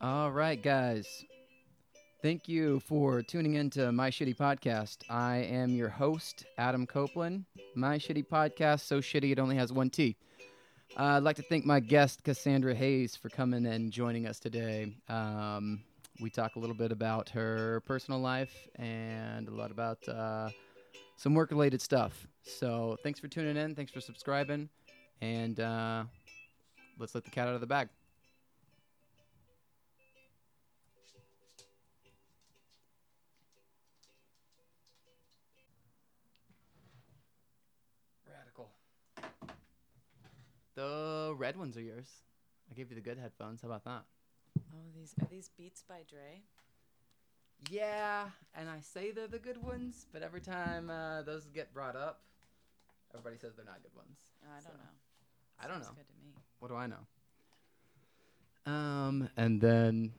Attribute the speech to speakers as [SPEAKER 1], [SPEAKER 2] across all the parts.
[SPEAKER 1] All right, guys. Thank you for tuning in to My Shitty Podcast. I am your host, Adam Copeland. My Shitty Podcast, so shitty it only has one T. Uh, I'd like to thank my guest, Cassandra Hayes, for coming and joining us today. Um, we talk a little bit about her personal life and a lot about uh, some work related stuff. So thanks for tuning in. Thanks for subscribing. And uh, let's let the cat out of the bag. Radical. The red ones are yours. I gave you the good headphones. How about that?
[SPEAKER 2] Oh, these are these Beats by Dre.
[SPEAKER 1] Yeah, and I say they're the good ones, but every time uh, those get brought up, everybody says they're not good ones.
[SPEAKER 2] Oh, I don't
[SPEAKER 1] So, I
[SPEAKER 2] know.
[SPEAKER 1] don't
[SPEAKER 2] Sounds
[SPEAKER 1] know.
[SPEAKER 2] Good to me.
[SPEAKER 1] What do I know? Um, and then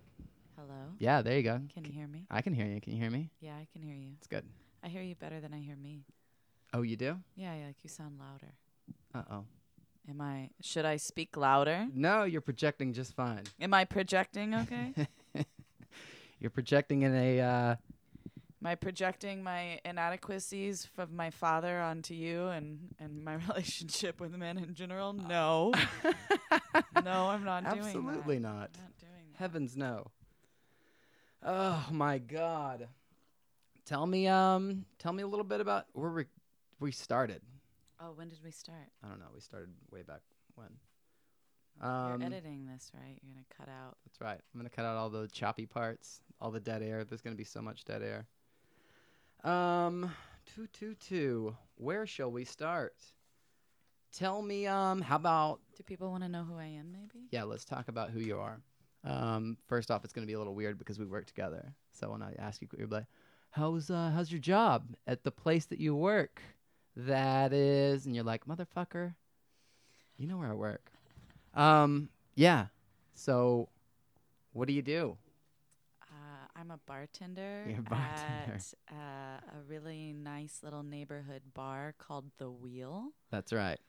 [SPEAKER 2] Hello.
[SPEAKER 1] yeah, there you go.
[SPEAKER 2] Can you hear me?
[SPEAKER 1] I can hear you. Can you hear me?
[SPEAKER 2] Yeah, I can hear you.
[SPEAKER 1] It's good.
[SPEAKER 2] I hear you better than I hear me.
[SPEAKER 1] Oh, you do?
[SPEAKER 2] Yeah, yeah, like you sound louder.
[SPEAKER 1] Uh oh.
[SPEAKER 2] Am I? Should I speak louder?
[SPEAKER 1] No, you're projecting just fine.
[SPEAKER 2] Am I projecting? Okay.
[SPEAKER 1] You're projecting in a uh,
[SPEAKER 2] Am I projecting my inadequacies of my father onto you and and my relationship with men in general? No, no, I'm not doing that.
[SPEAKER 1] absolutely not.
[SPEAKER 2] I'm not doing that.
[SPEAKER 1] Heavens no. Oh my God. Tell me, um, tell me a little bit about where we we started.
[SPEAKER 2] Oh, when did we start?
[SPEAKER 1] I don't know. We started way back when.
[SPEAKER 2] You're
[SPEAKER 1] Um,
[SPEAKER 2] editing this, right? You're gonna cut out.
[SPEAKER 1] That's right. I'm gonna cut out all the choppy parts, all the dead air. There's gonna be so much dead air. Um, two, two, two. Where shall we start? Tell me. Um, how about
[SPEAKER 2] Do people want to know who I am? Maybe.
[SPEAKER 1] yeah? Let's talk about who you are. Um, first off, it's gonna be a little weird because we work together. So when I ask you, you're like, "How's uh, how's your job at the place that you work?" That is, and you're like, "Motherfucker, you know where I work." Um, yeah. So, what do you do?
[SPEAKER 2] Uh, I'm a bartender,
[SPEAKER 1] You're a bartender.
[SPEAKER 2] at uh, a really nice little neighborhood bar called The Wheel.
[SPEAKER 1] That's right.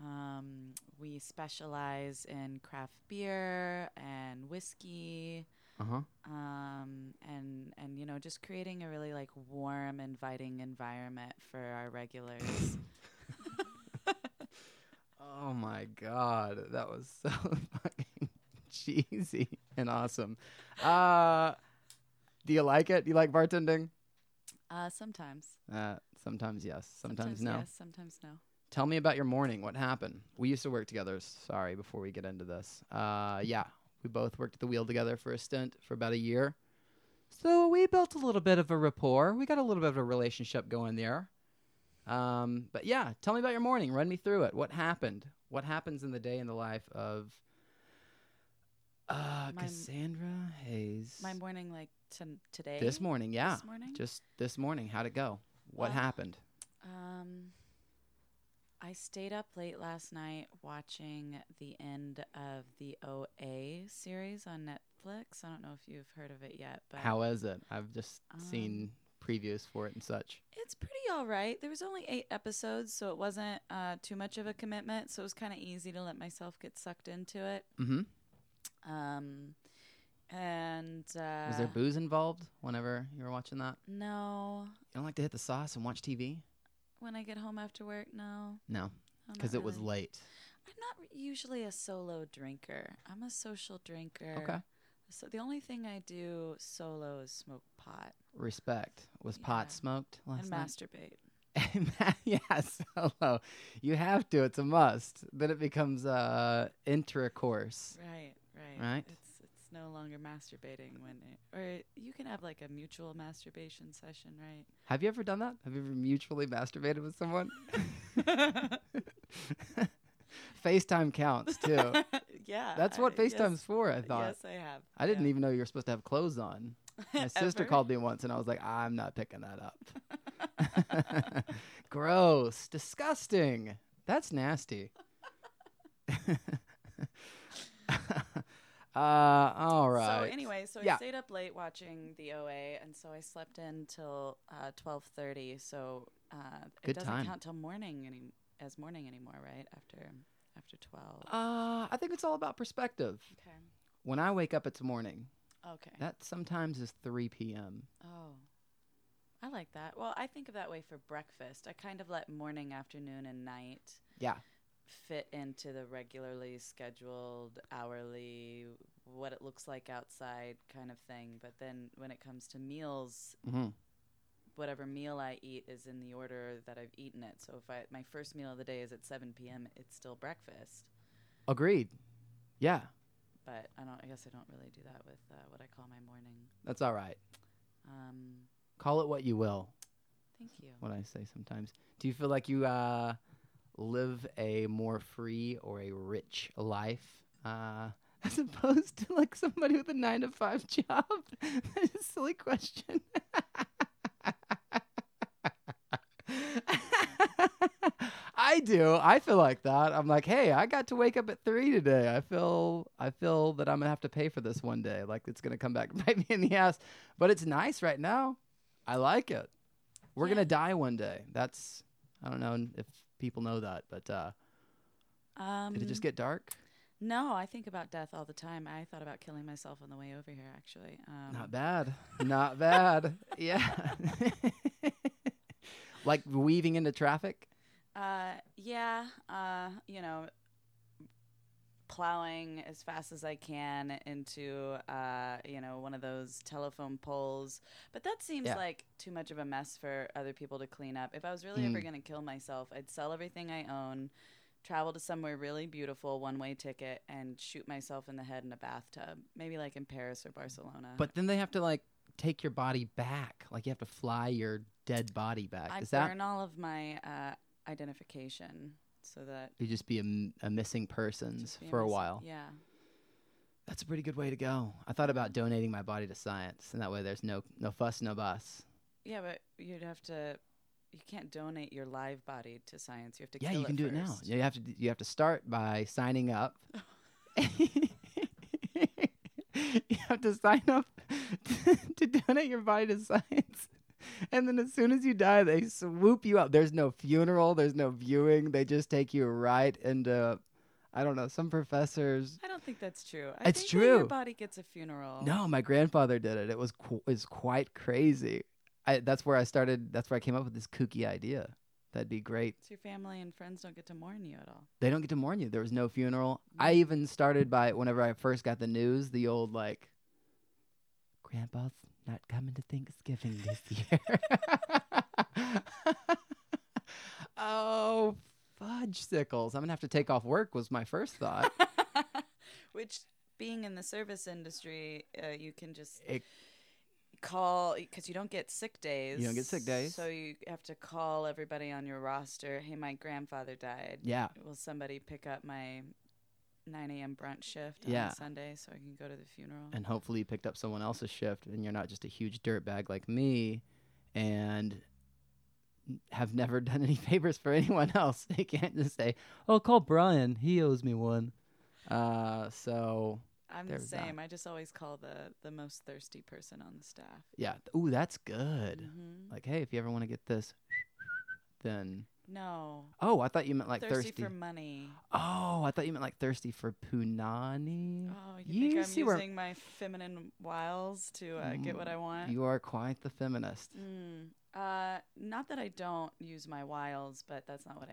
[SPEAKER 2] Um, we specialize in craft beer and whiskey,
[SPEAKER 1] Uh huh.
[SPEAKER 2] um, and and you know just creating a really like warm, inviting environment for our regulars.
[SPEAKER 1] Oh my god, that was so fucking cheesy and awesome. Uh, do you like it? Do you like bartending?
[SPEAKER 2] uh, sometimes,
[SPEAKER 1] Uh, sometimes yes, sometimes, no.
[SPEAKER 2] yes, sometimes no.
[SPEAKER 1] Tell me about your morning. What happened? We used to work together. Sorry, before we get into this. Uh, yeah, we both worked at the wheel together for a stint for about a year. So we built a little bit of a rapport. We got a little bit of a relationship going there. Um, but yeah, tell me about your morning. Run me through it. What happened? What happens in the day in the life of uh,
[SPEAKER 2] My m-
[SPEAKER 1] Cassandra Hayes?
[SPEAKER 2] My morning, like t- today,
[SPEAKER 1] this morning, yeah.
[SPEAKER 2] this morning?
[SPEAKER 1] Just this morning. How'd it go? What
[SPEAKER 2] Well,
[SPEAKER 1] happened?
[SPEAKER 2] Um, I stayed up late last night watching the end of the OA series on Netflix. I don't know if you've heard of it yet, but
[SPEAKER 1] How is it? I've just seen
[SPEAKER 2] Um,
[SPEAKER 1] previews for it and such.
[SPEAKER 2] it's pretty all right. There was only eight episodes, so it wasn't uh, too much of a commitment. So it was kind of easy to let myself get sucked into it.
[SPEAKER 1] Mm-hmm.
[SPEAKER 2] Um, and uh,
[SPEAKER 1] Was there booze involved whenever you were watching that?
[SPEAKER 2] no?
[SPEAKER 1] You don't like to hit the sauce and watch TV?
[SPEAKER 2] When I get home after work, no,
[SPEAKER 1] No,
[SPEAKER 2] No, not
[SPEAKER 1] because it was
[SPEAKER 2] really.
[SPEAKER 1] late.
[SPEAKER 2] I'm not r- usually a solo drinker. I'm a social drinker.
[SPEAKER 1] Okay.
[SPEAKER 2] So the only thing I do solo is smoke pot
[SPEAKER 1] Respect. Was
[SPEAKER 2] Yeah.
[SPEAKER 1] pot smoked
[SPEAKER 2] and
[SPEAKER 1] last night?
[SPEAKER 2] masturbate.
[SPEAKER 1] And ma- yeah, solo. You have to. It's a must. Then it becomes uh, intercourse.
[SPEAKER 2] Right, right.
[SPEAKER 1] Right.
[SPEAKER 2] It's it's no longer masturbating when it, or you can have like a mutual masturbation session, right?
[SPEAKER 1] Have you ever done that? Have you ever mutually masturbated with someone? FaceTime counts too.
[SPEAKER 2] yeah.
[SPEAKER 1] That's what
[SPEAKER 2] I-
[SPEAKER 1] FaceTime's
[SPEAKER 2] yes,
[SPEAKER 1] for. I thought.
[SPEAKER 2] Yes, I have.
[SPEAKER 1] I didn't
[SPEAKER 2] yeah.
[SPEAKER 1] even know you were supposed to have clothes on. My sister
[SPEAKER 2] Ever?
[SPEAKER 1] called me once and I was like, I'm not picking that up. Gross. Disgusting. That's nasty. uh, all right.
[SPEAKER 2] So anyway, so
[SPEAKER 1] uh, Yeah.
[SPEAKER 2] I stayed up late watching the OA, and so I slept in till uh, twelve thirty. So uh,
[SPEAKER 1] Good
[SPEAKER 2] it doesn't
[SPEAKER 1] time.
[SPEAKER 2] count till morning any as morning anymore, right? After after twelve.
[SPEAKER 1] Uh, I think it's all about perspective.
[SPEAKER 2] Okay.
[SPEAKER 1] When I wake up, it's morning.
[SPEAKER 2] Okay.
[SPEAKER 1] That sometimes is 3 p.m.
[SPEAKER 2] oh. I like that. Well, I think of that way for breakfast. I kind of let morning, afternoon, and night
[SPEAKER 1] Yeah.
[SPEAKER 2] fit into the regularly scheduled hourly what it looks like outside kind of thing. But then when it comes to meals,
[SPEAKER 1] Mm-hmm.
[SPEAKER 2] whatever meal I eat is in the order that I've eaten it. So if I my first meal of the day is at 7 p.m., it's still breakfast.
[SPEAKER 1] Agreed. Yeah,
[SPEAKER 2] But I don't. I guess I don't really do that with uh, what I call my morning.
[SPEAKER 1] that's all right.
[SPEAKER 2] Um,
[SPEAKER 1] Call it what you will.
[SPEAKER 2] thank you.
[SPEAKER 1] What I say sometimes. Do you feel like you uh, live a more free or a rich life uh, as opposed to like somebody with a nine to five job? That's a silly question. I do. I feel like that. I'm like, hey, I got to wake up at three today. I feel, I feel that I'm gonna have to pay for this one day. Like it's gonna come back and bite me in the ass. But it's nice right now. I like it. We're
[SPEAKER 2] Yeah.
[SPEAKER 1] gonna die one day. That's I don't know if people know that, but uh,
[SPEAKER 2] Um,
[SPEAKER 1] did it just get dark?
[SPEAKER 2] no, I think about death all the time. I thought about killing myself on the way over here, actually. Um,
[SPEAKER 1] Not bad. Not bad. Yeah. like weaving into traffic.
[SPEAKER 2] Uh, yeah, uh, you know, plowing as fast as I can into, uh, you know, one of those telephone poles. But that seems
[SPEAKER 1] Yeah.
[SPEAKER 2] like too much of a mess for other people to clean up. If I was really
[SPEAKER 1] Mm.
[SPEAKER 2] ever going to kill myself, I'd sell everything I own, travel to somewhere really beautiful, one way ticket, and shoot myself in the head in a bathtub. Maybe like in Paris or Barcelona.
[SPEAKER 1] But then they have to like take your body back. Like you have to fly your dead body back.
[SPEAKER 2] I
[SPEAKER 1] Is that
[SPEAKER 2] burn all of my uh, identification so that.
[SPEAKER 1] you just be a, m- a missing persons
[SPEAKER 2] just be
[SPEAKER 1] for a
[SPEAKER 2] myself-
[SPEAKER 1] while?
[SPEAKER 2] Yeah.
[SPEAKER 1] That's a pretty good way to go. I thought about donating my body to science, and that way there's no no fuss, no bus.
[SPEAKER 2] Yeah, but you'd have to. You can't donate your live body to science. You have to.
[SPEAKER 1] yeah,
[SPEAKER 2] kill
[SPEAKER 1] you can do it now.
[SPEAKER 2] first.
[SPEAKER 1] You have to d- you have to start by signing up. you have to sign up to donate your body to science. And then as soon as you die, they swoop you up. There's no funeral, there's no viewing. They just take you right into I don't know, some professors.
[SPEAKER 2] I don't think that's true. I
[SPEAKER 1] It's
[SPEAKER 2] think that Your
[SPEAKER 1] true.
[SPEAKER 2] body gets a funeral.
[SPEAKER 1] No, my grandfather did it. It was qu- is quite crazy. I, that's where I started. That's where I came up with this kooky idea. That'd be great.
[SPEAKER 2] So your family and friends don't get to mourn you at all.
[SPEAKER 1] they don't get to mourn you. There was no funeral. I even started by whenever I first got the news, the old like, Grandpa's not coming to Thanksgiving this year. oh, fudge sickles! I'm gonna have to take off work. Was my first thought. Uh,
[SPEAKER 2] Which, being in the service industry, uh, you can just
[SPEAKER 1] It-
[SPEAKER 2] call because you don't get sick days.
[SPEAKER 1] You don't get sick days.
[SPEAKER 2] So you have to call everybody on your roster. Hey, my grandfather died.
[SPEAKER 1] yeah,
[SPEAKER 2] Will somebody pick up my 9 a.m. brunch shift on
[SPEAKER 1] Yeah.
[SPEAKER 2] Sunday so I can go to the funeral?
[SPEAKER 1] and hopefully you picked up someone else's shift, and you're not just a huge dirtbag like me, and have never done any favors for anyone else. You can't just say, "Oh, call Brian. He owes me one." Uh, so
[SPEAKER 2] I'm
[SPEAKER 1] There
[SPEAKER 2] the
[SPEAKER 1] we go.
[SPEAKER 2] same. I just always call the the most thirsty person on the staff.
[SPEAKER 1] Yeah. Ooh, that's good.
[SPEAKER 2] Mhm.
[SPEAKER 1] Like, hey, if you ever want to get this, then.
[SPEAKER 2] No,
[SPEAKER 1] Oh, I thought you meant like
[SPEAKER 2] thirsty,
[SPEAKER 1] thirsty.
[SPEAKER 2] for money.
[SPEAKER 1] Oh, I thought you meant like thirsty for punani.
[SPEAKER 2] Oh,
[SPEAKER 1] Mm.
[SPEAKER 2] you,
[SPEAKER 1] You
[SPEAKER 2] think I'm
[SPEAKER 1] see where-
[SPEAKER 2] using my feminine wiles to uh, get what I want?
[SPEAKER 1] You are quite the feminist.
[SPEAKER 2] Mm. Uh, not that I don't use my wiles, but that's not what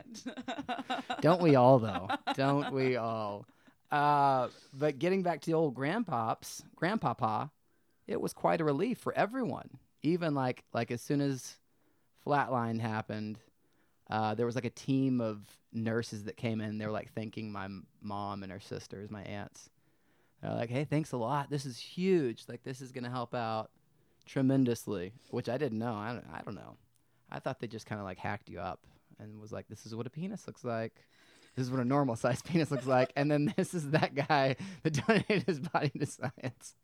[SPEAKER 2] I meant.
[SPEAKER 1] Don't we all though? Don't we all? Uh, but getting back to the old grandpops, grandpapa, it was quite a relief for everyone. Even like like as soon as flatline happened, uh, there was like a team of nurses that came in. They were like thanking my m- mom and her sisters, my aunts. They're like, "Hey, thanks a lot. This is huge. Like this is gonna help out tremendously." Which I didn't know. I don't, I don't know. I thought they just kind of like hacked you up and was like, "This is what a penis looks like. This is what a normal sized penis looks like." And then this is that guy that donated his body to science.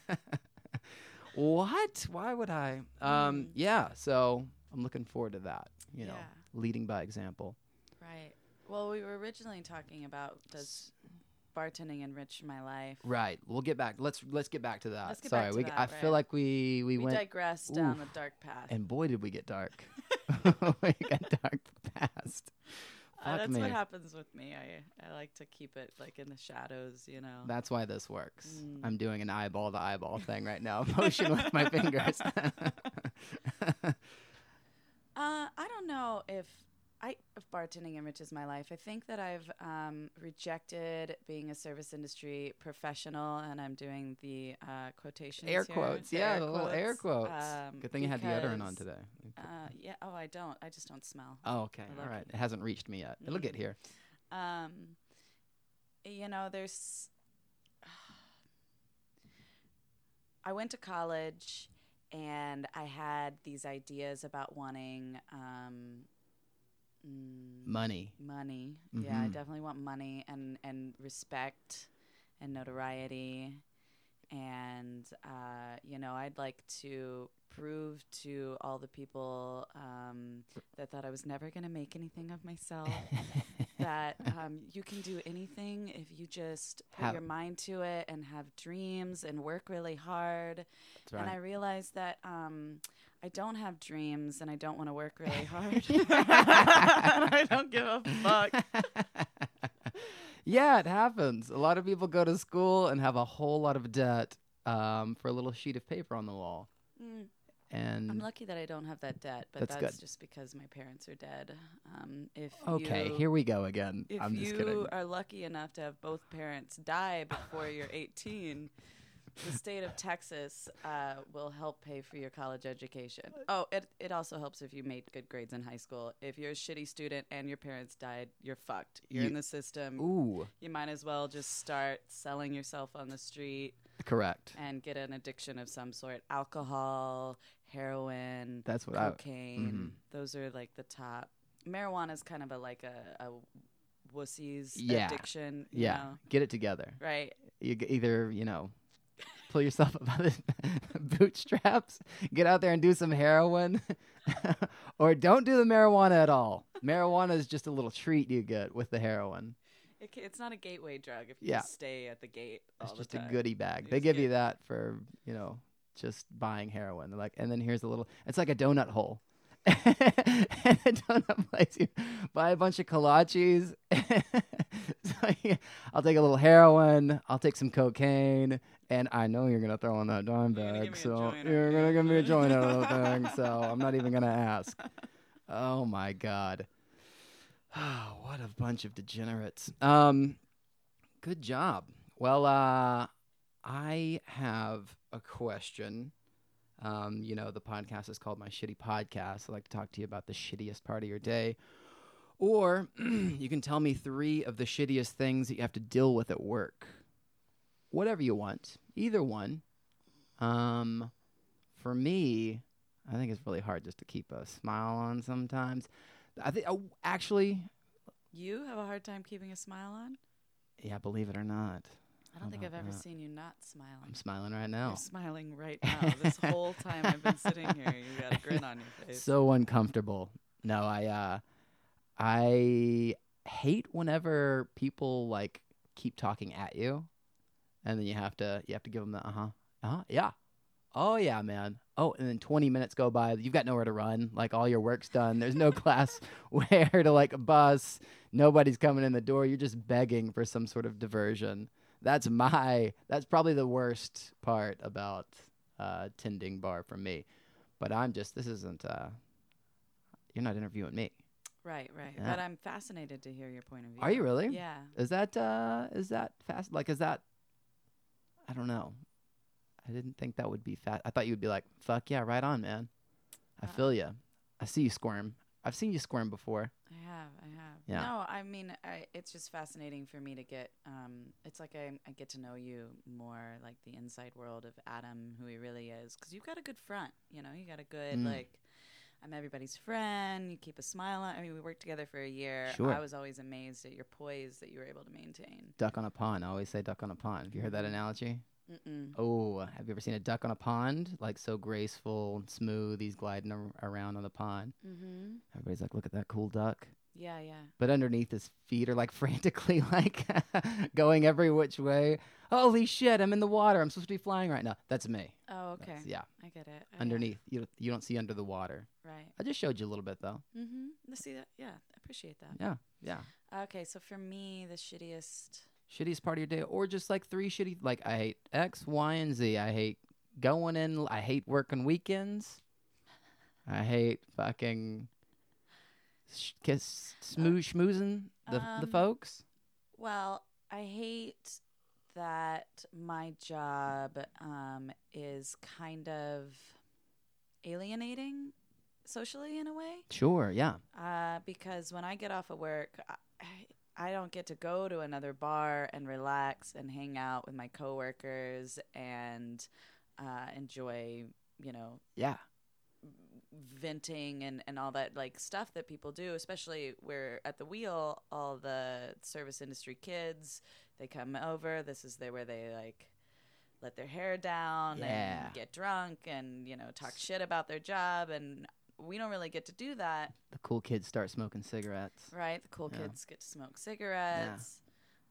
[SPEAKER 1] what? Why would I? Um,
[SPEAKER 2] Mm.
[SPEAKER 1] yeah. So I'm looking forward to that. You know,
[SPEAKER 2] Yeah.
[SPEAKER 1] leading by example.
[SPEAKER 2] Right. Well, we were originally talking about does bartending enrich my life?
[SPEAKER 1] Right. We'll get back. Let's let's get back to that.
[SPEAKER 2] Let's get
[SPEAKER 1] Sorry.
[SPEAKER 2] back to
[SPEAKER 1] we.
[SPEAKER 2] that,
[SPEAKER 1] I
[SPEAKER 2] right.
[SPEAKER 1] feel like we we,
[SPEAKER 2] We,
[SPEAKER 1] went
[SPEAKER 2] digress down
[SPEAKER 1] Oof.
[SPEAKER 2] the dark path.
[SPEAKER 1] and boy did we get dark. we got dark fast.
[SPEAKER 2] Uh,
[SPEAKER 1] Fuck
[SPEAKER 2] that's
[SPEAKER 1] me.
[SPEAKER 2] what happens with me. I I like to keep it like in the shadows, you know.
[SPEAKER 1] That's why this works.
[SPEAKER 2] Mm.
[SPEAKER 1] I'm doing an eyeball to eyeball thing right now, motion with my fingers.
[SPEAKER 2] Uh, I don't know if I if bartending enriches my life. I think that I've um, rejected being a service industry professional, and I'm doing the uh, quotations.
[SPEAKER 1] air
[SPEAKER 2] here,
[SPEAKER 1] quotes,
[SPEAKER 2] the
[SPEAKER 1] yeah, the little air
[SPEAKER 2] quotes,
[SPEAKER 1] quotes.
[SPEAKER 2] um,
[SPEAKER 1] Good thing you had the Uterin on
[SPEAKER 2] because,
[SPEAKER 1] today.
[SPEAKER 2] Uh, yeah. Oh, I don't. I just don't smell.
[SPEAKER 1] Oh, okay,
[SPEAKER 2] I
[SPEAKER 1] all
[SPEAKER 2] love
[SPEAKER 1] right.
[SPEAKER 2] you.
[SPEAKER 1] It hasn't reached me yet. It'll get
[SPEAKER 2] Mm.
[SPEAKER 1] here.
[SPEAKER 2] Um, you know, there's. I went to college, and I had these ideas about wanting. Um, mm,
[SPEAKER 1] Money.
[SPEAKER 2] money yeah i
[SPEAKER 1] Mhm.
[SPEAKER 2] definitely want money and and respect and notoriety and uh, you know i'd like to prove to all the people um, that thought i was never going to make anything of myself that um, you can do anything if you just put
[SPEAKER 1] Have-
[SPEAKER 2] your mind to it and have dreams and work really hard
[SPEAKER 1] That's right.
[SPEAKER 2] and I realized that um, I don't have dreams and I don't want to work really hard. I don't give a fuck.
[SPEAKER 1] yeah, it happens. A lot of people go to school and have a whole lot of debt um, for a little sheet of paper on the wall.
[SPEAKER 2] Mm, I'm
[SPEAKER 1] And
[SPEAKER 2] lucky that I don't have that debt, but
[SPEAKER 1] That's
[SPEAKER 2] that's,
[SPEAKER 1] good.
[SPEAKER 2] just because my parents are dead. Um, if
[SPEAKER 1] okay,
[SPEAKER 2] you,
[SPEAKER 1] here we go again.
[SPEAKER 2] if
[SPEAKER 1] I'm
[SPEAKER 2] you
[SPEAKER 1] just kidding.
[SPEAKER 2] are lucky enough to have both parents die before you're 18, the state of Texas uh, will help pay for your college education. Oh, it, it also helps if you made good grades in high school. If you're a shitty student and your parents died, you're fucked. You're
[SPEAKER 1] You-
[SPEAKER 2] in the system.
[SPEAKER 1] Ooh,
[SPEAKER 2] You might as well just start selling yourself on the street
[SPEAKER 1] correct.
[SPEAKER 2] and get an addiction of some sort. Alcohol, heroin,
[SPEAKER 1] That's what I. mm-hmm.
[SPEAKER 2] cocaine. Those are like the top. Marijuana's kind of a like a, a wussy's
[SPEAKER 1] Yeah.
[SPEAKER 2] addiction. You
[SPEAKER 1] Yeah,
[SPEAKER 2] Know?
[SPEAKER 1] get it together.
[SPEAKER 2] Right.
[SPEAKER 1] You g- either you know, pull yourself up by the bootstraps, get out there and do some heroin, or don't do the marijuana at all. Marijuana is just a little treat you get with the heroin.
[SPEAKER 2] It, ca- it's not a gateway drug if you
[SPEAKER 1] Yeah.
[SPEAKER 2] just stay at the gate all
[SPEAKER 1] It's just
[SPEAKER 2] the
[SPEAKER 1] a
[SPEAKER 2] time.
[SPEAKER 1] goodie bag.
[SPEAKER 2] You
[SPEAKER 1] They
[SPEAKER 2] just
[SPEAKER 1] give
[SPEAKER 2] get-
[SPEAKER 1] you that for you know just buying heroin. They're like, and then here's a little. It's like a donut hole. and a donut place. You buy a bunch of kolaches. So, yeah, I'll take a little heroin. I'll take some cocaine. And I know you're gonna throw in that dime
[SPEAKER 2] You're gonna give
[SPEAKER 1] bag,
[SPEAKER 2] me a
[SPEAKER 1] so
[SPEAKER 2] joint, aren't
[SPEAKER 1] you're gonna
[SPEAKER 2] you?
[SPEAKER 1] give me a joint out of the thing. So I'm not even gonna ask. Oh my god. Oh, what a bunch of degenerates. Um, good job. Well, uh, I have a question. Um, you know, the podcast is called My Shitty Podcast. I'd like to talk to you about the shittiest part of your day. Or you can tell me three of the shittiest things that you have to deal with at work. Whatever you want, either one. Um, for me, I think it's really hard just to keep a smile on sometimes. I think, oh, actually,
[SPEAKER 2] You have a hard time keeping a smile on?
[SPEAKER 1] yeah, believe it or not,
[SPEAKER 2] I don't think
[SPEAKER 1] about
[SPEAKER 2] I've ever
[SPEAKER 1] that?
[SPEAKER 2] seen you not
[SPEAKER 1] I'm
[SPEAKER 2] smiling.
[SPEAKER 1] smiling right
[SPEAKER 2] You're
[SPEAKER 1] now.
[SPEAKER 2] smiling right now. this whole time I've been sitting here, you got a grin on your face.
[SPEAKER 1] so uncomfortable. No, I uh I hate whenever people like keep talking at you and then you have to you have to give them the uh-huh. Uh-huh. Yeah. Oh yeah, man. Oh, and then 20 minutes go by. You've got nowhere to run. Like all your work's done. There's no class where to like a bus. Nobody's coming in the door. You're just begging for some sort of diversion. That's my that's probably the worst part about uh tending bar for me. But I'm just this isn't uh you're not interviewing me.
[SPEAKER 2] Right, right.
[SPEAKER 1] Yeah.
[SPEAKER 2] But I'm fascinated to hear your point of view.
[SPEAKER 1] Are you really?
[SPEAKER 2] Yeah.
[SPEAKER 1] Is that uh is that fast like is that I don't know. I didn't think that would be fast. I thought you would be like, "Fuck yeah, right on, man." I
[SPEAKER 2] Uh-uh.
[SPEAKER 1] feel you. I see you squirm. I've seen you squirm before.
[SPEAKER 2] I have, I have.
[SPEAKER 1] Yeah.
[SPEAKER 2] No, I mean, I, it's just fascinating for me to get. Um, it's like I, I get to know you more, like the inside world of Adam, who he really is, because you've got a good front. You know, you got a good
[SPEAKER 1] Mm.
[SPEAKER 2] like. I'm everybody's friend. You keep a smile on. I mean, we worked together for a year.
[SPEAKER 1] Sure.
[SPEAKER 2] I was always amazed at your poise that you were able to maintain.
[SPEAKER 1] Duck on a pond. I always say duck on a pond. Have you heard that analogy?
[SPEAKER 2] Mm-mm.
[SPEAKER 1] Oh, have you ever seen a duck on a pond? Like so graceful and smooth, he's gliding ar- around on the pond.
[SPEAKER 2] Mm-hmm.
[SPEAKER 1] Everybody's like, "Look at that cool duck."
[SPEAKER 2] Yeah, yeah.
[SPEAKER 1] but underneath his feet are like frantically like going every which way. Holy shit! I'm in the water. I'm supposed to be flying right now. That's me.
[SPEAKER 2] Oh, okay.
[SPEAKER 1] That's- yeah,
[SPEAKER 2] I get it. I- yeah,
[SPEAKER 1] underneath you. You don't see under the water.
[SPEAKER 2] Right.
[SPEAKER 1] I just showed you a little bit though.
[SPEAKER 2] Mm-hmm. Let's see that. Yeah, I appreciate that.
[SPEAKER 1] Yeah. Yeah.
[SPEAKER 2] Okay, so for me, the shittiest.
[SPEAKER 1] Shittiest part of your day, or just like three shitty. Like I hate X, Y, and Z. I hate going in. I hate working weekends. I hate fucking sh- kiss smoo- schmoozing the the
[SPEAKER 2] Um,
[SPEAKER 1] folks.
[SPEAKER 2] Well, I hate that my job um, is kind of alienating socially in a way.
[SPEAKER 1] Sure. Yeah.
[SPEAKER 2] Uh, because when I get off of work, I, I don't get to go to another bar and relax and hang out with my coworkers and uh, enjoy, you know,
[SPEAKER 1] Yeah.
[SPEAKER 2] venting and, and all that like stuff that people do, especially we're at the wheel, all the service industry kids, they come over. This is the, where they like let their hair down
[SPEAKER 1] Yeah.
[SPEAKER 2] and get drunk and, you know, talk shit about their job. And we don't really get to do that.
[SPEAKER 1] The cool kids start smoking cigarettes.
[SPEAKER 2] Right, the cool
[SPEAKER 1] Yeah.
[SPEAKER 2] kids get to smoke cigarettes.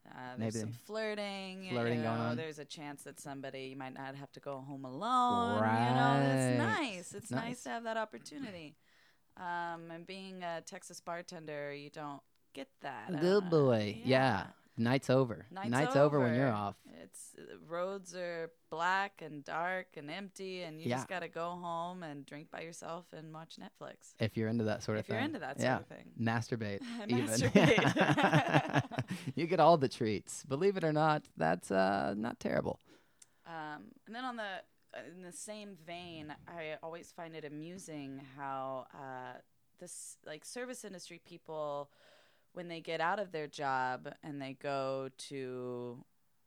[SPEAKER 2] Uh, there's
[SPEAKER 1] Maybe
[SPEAKER 2] some flirting.
[SPEAKER 1] flirting
[SPEAKER 2] you
[SPEAKER 1] going
[SPEAKER 2] know,
[SPEAKER 1] on.
[SPEAKER 2] There's a chance that somebody you might not have to go home alone. You know,
[SPEAKER 1] Right.
[SPEAKER 2] it's nice. It's nice.
[SPEAKER 1] Nice.
[SPEAKER 2] to have that opportunity. Um, and being a Texas bartender, you don't get that. uh, I don't
[SPEAKER 1] Good
[SPEAKER 2] know.
[SPEAKER 1] boy. Yeah. Night's over.
[SPEAKER 2] Night's
[SPEAKER 1] over. when you're
[SPEAKER 2] over.
[SPEAKER 1] off.
[SPEAKER 2] It's uh, roads are black and dark and empty, and you just gotta go home and drink by yourself and watch Netflix.
[SPEAKER 1] If you're into that sort of
[SPEAKER 2] If
[SPEAKER 1] thing.
[SPEAKER 2] you're into that
[SPEAKER 1] yeah.
[SPEAKER 2] sort of thing.
[SPEAKER 1] Masturbate. even.
[SPEAKER 2] Masturbate.
[SPEAKER 1] you get all the treats. Believe it or not, that's uh, not terrible.
[SPEAKER 2] Um, and then on the in the same vein, I always find it amusing how uh, this like service industry people, when they get out of their job and they go to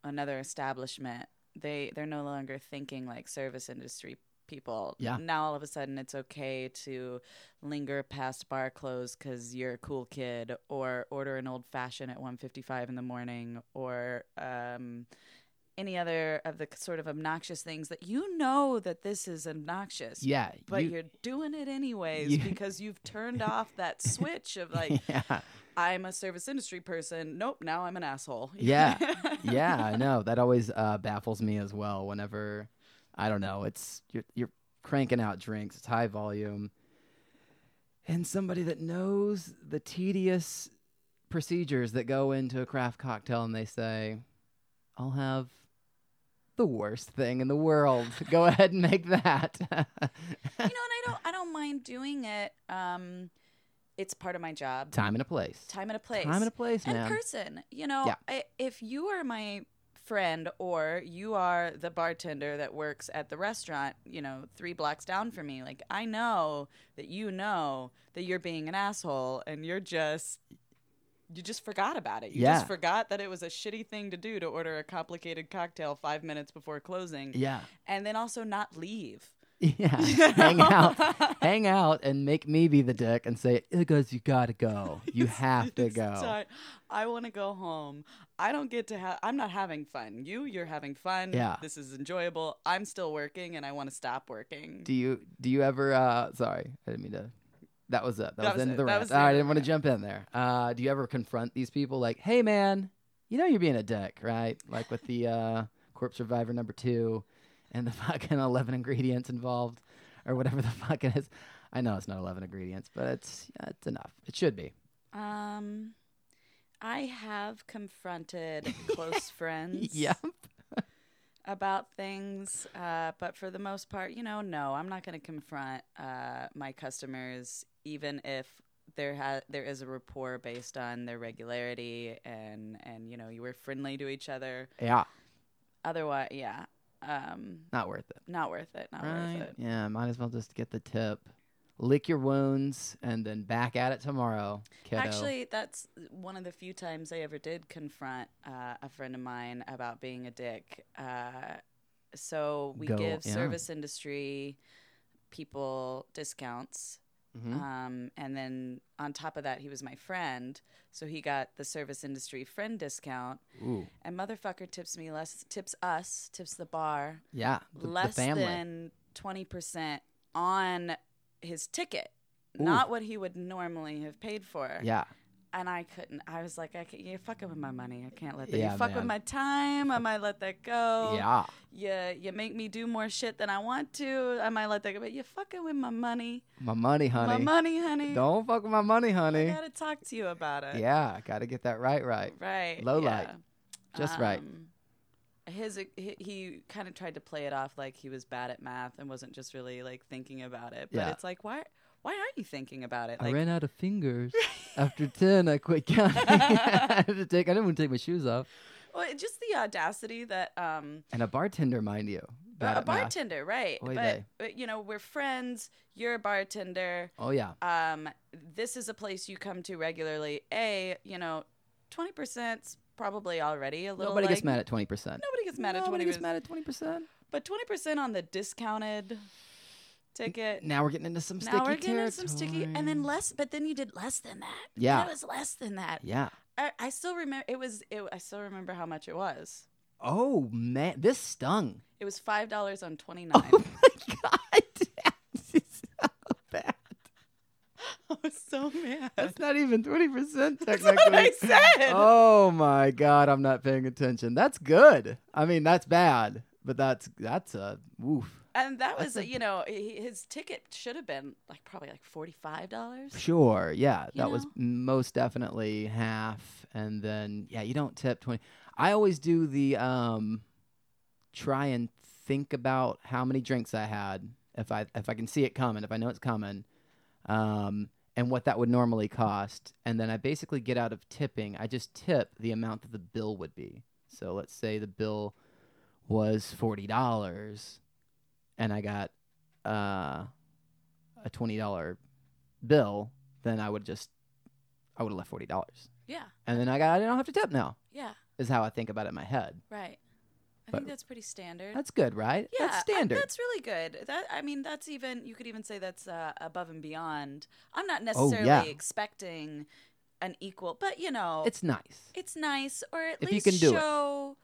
[SPEAKER 2] another establishment, they they're no longer thinking like service industry people.
[SPEAKER 1] Yeah.
[SPEAKER 2] Now all of a sudden it's okay to linger past bar close because you're a cool kid, or order an old fashioned at 1:55 in the morning, or um, any other of the sort of obnoxious things that you know that this is obnoxious.
[SPEAKER 1] Yeah.
[SPEAKER 2] But
[SPEAKER 1] you-
[SPEAKER 2] you, are doing it anyways
[SPEAKER 1] you-
[SPEAKER 2] because you've turned off that switch of like,
[SPEAKER 1] yeah.
[SPEAKER 2] I'm a service industry person. Nope, now I'm an asshole.
[SPEAKER 1] Yeah. yeah, I know. That always uh, baffles me as well. Whenever I don't know, it's you're you're cranking out drinks, it's high volume, and somebody that knows the tedious procedures that go into a craft cocktail, and they say, "I'll have." The worst thing in the world. Go ahead and make that.
[SPEAKER 2] you know, and I don't, I don't mind doing it. Um, it's part of my job.
[SPEAKER 1] Time and a place.
[SPEAKER 2] Time and a place.
[SPEAKER 1] Time and a place,
[SPEAKER 2] and
[SPEAKER 1] man.
[SPEAKER 2] person. You know,
[SPEAKER 1] Yeah.
[SPEAKER 2] I, if you are my friend or you are the bartender that works at the restaurant, you know, three blocks down from me, like I know that you know that you're being an asshole and you're just. You just forgot about it. You
[SPEAKER 1] Yeah.
[SPEAKER 2] just forgot that it was a shitty thing to do to order a complicated cocktail five minutes before closing,
[SPEAKER 1] yeah.
[SPEAKER 2] and then also not leave.
[SPEAKER 1] Yeah. Hang out. hang out and make me be the dick and say, "Hey, guys, you gotta go. You have to
[SPEAKER 2] It's
[SPEAKER 1] go.
[SPEAKER 2] time. I want to go home. I don't get to have. I'm not having fun. You, you're having fun.
[SPEAKER 1] Yeah.
[SPEAKER 2] This is enjoyable. I'm still working, and I want to stop working.
[SPEAKER 1] Do you do you ever uh sorry, I didn't mean to that was it. That, was,
[SPEAKER 2] was
[SPEAKER 1] the end of
[SPEAKER 2] it.
[SPEAKER 1] the
[SPEAKER 2] That
[SPEAKER 1] rant.
[SPEAKER 2] was the
[SPEAKER 1] I
[SPEAKER 2] end of
[SPEAKER 1] didn't
[SPEAKER 2] the
[SPEAKER 1] want to
[SPEAKER 2] rant.
[SPEAKER 1] jump in there. Uh do you ever confront these people like, hey man, you know you're being a dick, right? Like with the uh Corpse Survivor number two and the fucking eleven ingredients involved or whatever the fuck it is. I know it's not eleven ingredients, but it's it's enough. It should be.
[SPEAKER 2] Um, I have confronted close friends.
[SPEAKER 1] Yeah.
[SPEAKER 2] about things. Uh, but for the most part, you know, no, I'm not going to confront uh, my customers, even if there ha- there is a rapport based on their regularity and and you know you were friendly to each other.
[SPEAKER 1] Yeah.
[SPEAKER 2] Otherwise, yeah, um,
[SPEAKER 1] Not worth it.
[SPEAKER 2] not worth it. Not
[SPEAKER 1] Right.
[SPEAKER 2] worth it.
[SPEAKER 1] Yeah, might as well just get the tip, lick your wounds, and then back at it tomorrow, kiddo.
[SPEAKER 2] Actually, that's one of the few times I ever did confront uh, a friend of mine about being a dick. Uh, so we
[SPEAKER 1] Go-
[SPEAKER 2] give
[SPEAKER 1] yeah.
[SPEAKER 2] service industry people discounts.
[SPEAKER 1] Mhm.
[SPEAKER 2] Um, and then on top of that, he was my friend. So he got the service industry friend discount.
[SPEAKER 1] Ooh,
[SPEAKER 2] And motherfucker tips me less, tips us, tips the bar
[SPEAKER 1] yeah, the, the
[SPEAKER 2] less
[SPEAKER 1] family.
[SPEAKER 2] than 20% on his ticket,
[SPEAKER 1] Ooh.
[SPEAKER 2] not what he would normally have paid for.
[SPEAKER 1] yeah,
[SPEAKER 2] and I couldn't. I was like, I can't, you're fucking with my money. I can't let that.
[SPEAKER 1] Yeah,
[SPEAKER 2] you fuck with
[SPEAKER 1] man.
[SPEAKER 2] my time. I might let that go.
[SPEAKER 1] Yeah.
[SPEAKER 2] Yeah. You make me do more shit than I want to. I might let that go. But you're fucking with my money.
[SPEAKER 1] My money, honey.
[SPEAKER 2] My money, honey.
[SPEAKER 1] Don't fuck with my money,
[SPEAKER 2] I
[SPEAKER 1] honey.
[SPEAKER 2] gotta talk to you about it.
[SPEAKER 1] Yeah, gotta get that right, right.
[SPEAKER 2] Right.
[SPEAKER 1] Low
[SPEAKER 2] yeah.
[SPEAKER 1] light. Just right.
[SPEAKER 2] Um, His he, he kind of tried to play it off like he was bad at math and wasn't just really like thinking about it. But
[SPEAKER 1] Yeah.
[SPEAKER 2] it's like why why aren't you thinking about it?
[SPEAKER 1] I
[SPEAKER 2] Like
[SPEAKER 1] ran out of fingers. After ten, I quit counting. I, had to take, I didn't want to take my shoes off.
[SPEAKER 2] well, it- just the audacity that um
[SPEAKER 1] And a bartender, mind you. Bad
[SPEAKER 2] a
[SPEAKER 1] at math.
[SPEAKER 2] bartender, right?
[SPEAKER 1] Oy
[SPEAKER 2] But,
[SPEAKER 1] vey.
[SPEAKER 2] but you know we're friends. You're a bartender.
[SPEAKER 1] Oh yeah.
[SPEAKER 2] Um, this is a place you come to regularly. A you know, twenty percent's probably already a little.
[SPEAKER 1] Nobody
[SPEAKER 2] like,
[SPEAKER 1] gets mad at twenty percent.
[SPEAKER 2] Nobody gets mad at
[SPEAKER 1] Nobody
[SPEAKER 2] twenty
[SPEAKER 1] gets
[SPEAKER 2] percent.
[SPEAKER 1] mad at twenty percent.
[SPEAKER 2] But twenty percent on the discounted ticket.
[SPEAKER 1] Now we're getting into some sticky
[SPEAKER 2] now we're getting
[SPEAKER 1] territory.
[SPEAKER 2] into some sticky and then less but then you did less than that
[SPEAKER 1] Yeah.
[SPEAKER 2] that was less than that
[SPEAKER 1] Yeah.
[SPEAKER 2] I, I still remember it was it, i still remember how much it was
[SPEAKER 1] Oh man, this stung.
[SPEAKER 2] it was five dollars on 29
[SPEAKER 1] Oh my god, that's so bad.
[SPEAKER 2] i was so mad
[SPEAKER 1] That's not even twenty percent
[SPEAKER 2] That's
[SPEAKER 1] technically.
[SPEAKER 2] what i said
[SPEAKER 1] Oh my god, I'm not paying attention. That's good. I mean, that's bad, but that's that's a woof.
[SPEAKER 2] and that
[SPEAKER 1] that's
[SPEAKER 2] was
[SPEAKER 1] a-
[SPEAKER 2] you know he- his ticket should have been like probably like 45 dollars
[SPEAKER 1] Sure, yeah,
[SPEAKER 2] You
[SPEAKER 1] that was
[SPEAKER 2] know?
[SPEAKER 1] most definitely half, and then yeah, you don't tip twenty. I always do the um, try and think about how many drinks I had if I if I can see it coming, if I know it's coming, um, and what that would normally cost, and then I basically get out of tipping. I just tip the amount that the bill would be. So let's say the bill was forty dollars, and I got uh, a twenty dollar bill, then I would just I would have left forty dollars,
[SPEAKER 2] yeah
[SPEAKER 1] and then I got I don't have to tip now.
[SPEAKER 2] yeah
[SPEAKER 1] Is how I think about it in my head.
[SPEAKER 2] right i
[SPEAKER 1] But-
[SPEAKER 2] think that's pretty standard
[SPEAKER 1] That's good, right?
[SPEAKER 2] yeah,
[SPEAKER 1] that's
[SPEAKER 2] I-
[SPEAKER 1] standard.
[SPEAKER 2] that's really good. That I mean, that's even you could even say that's uh, above and beyond. I'm not necessarily
[SPEAKER 1] Oh, yeah.
[SPEAKER 2] expecting an equal, but you know,
[SPEAKER 1] it's nice.
[SPEAKER 2] it's nice, or at
[SPEAKER 1] If you
[SPEAKER 2] least
[SPEAKER 1] can do it.
[SPEAKER 2] show